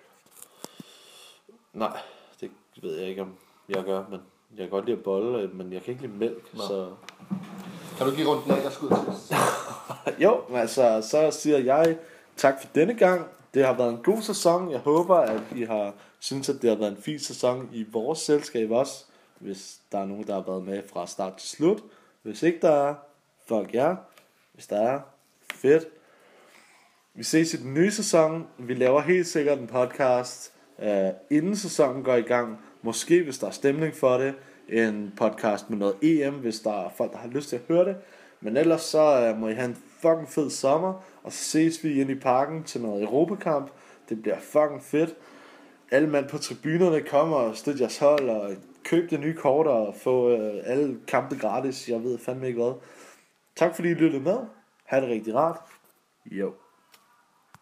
Speaker 2: Nej, det ved jeg ikke, om jeg gør, men jeg kan godt lide at bolle, øh, men jeg kan ikke lide mælk, Nej. så... [LAUGHS]
Speaker 1: Kan du give rundt den af, jeg skal ud til?
Speaker 2: Jo, men altså, så siger jeg tak for denne gang. Det har været en god sæson. Jeg håber, at I har synes, at det har været en fin sæson i vores selskab også. Hvis der er nogen, der har været med fra start til slut. Hvis ikke der er, fuck jer. Hvis der er, fedt. Vi ses i den nye sæson. Vi laver helt sikkert en podcast øh, inden sæsonen går i gang. Måske, hvis der er stemning for det, en podcast med noget EM, hvis der er folk, der har lyst til at høre det. Men ellers så øh, må I have en fucking fed sommer, og så ses vi inde i parken til noget Europakamp. Det bliver fucking fedt. Alle mand på tribunerne kommer og støtter jeres hold, og køb det nye kort og få øh, alle kampe gratis. Jeg ved fandme ikke hvad. Tak fordi I lyttede med. Ha' det rigtig rart. Jo.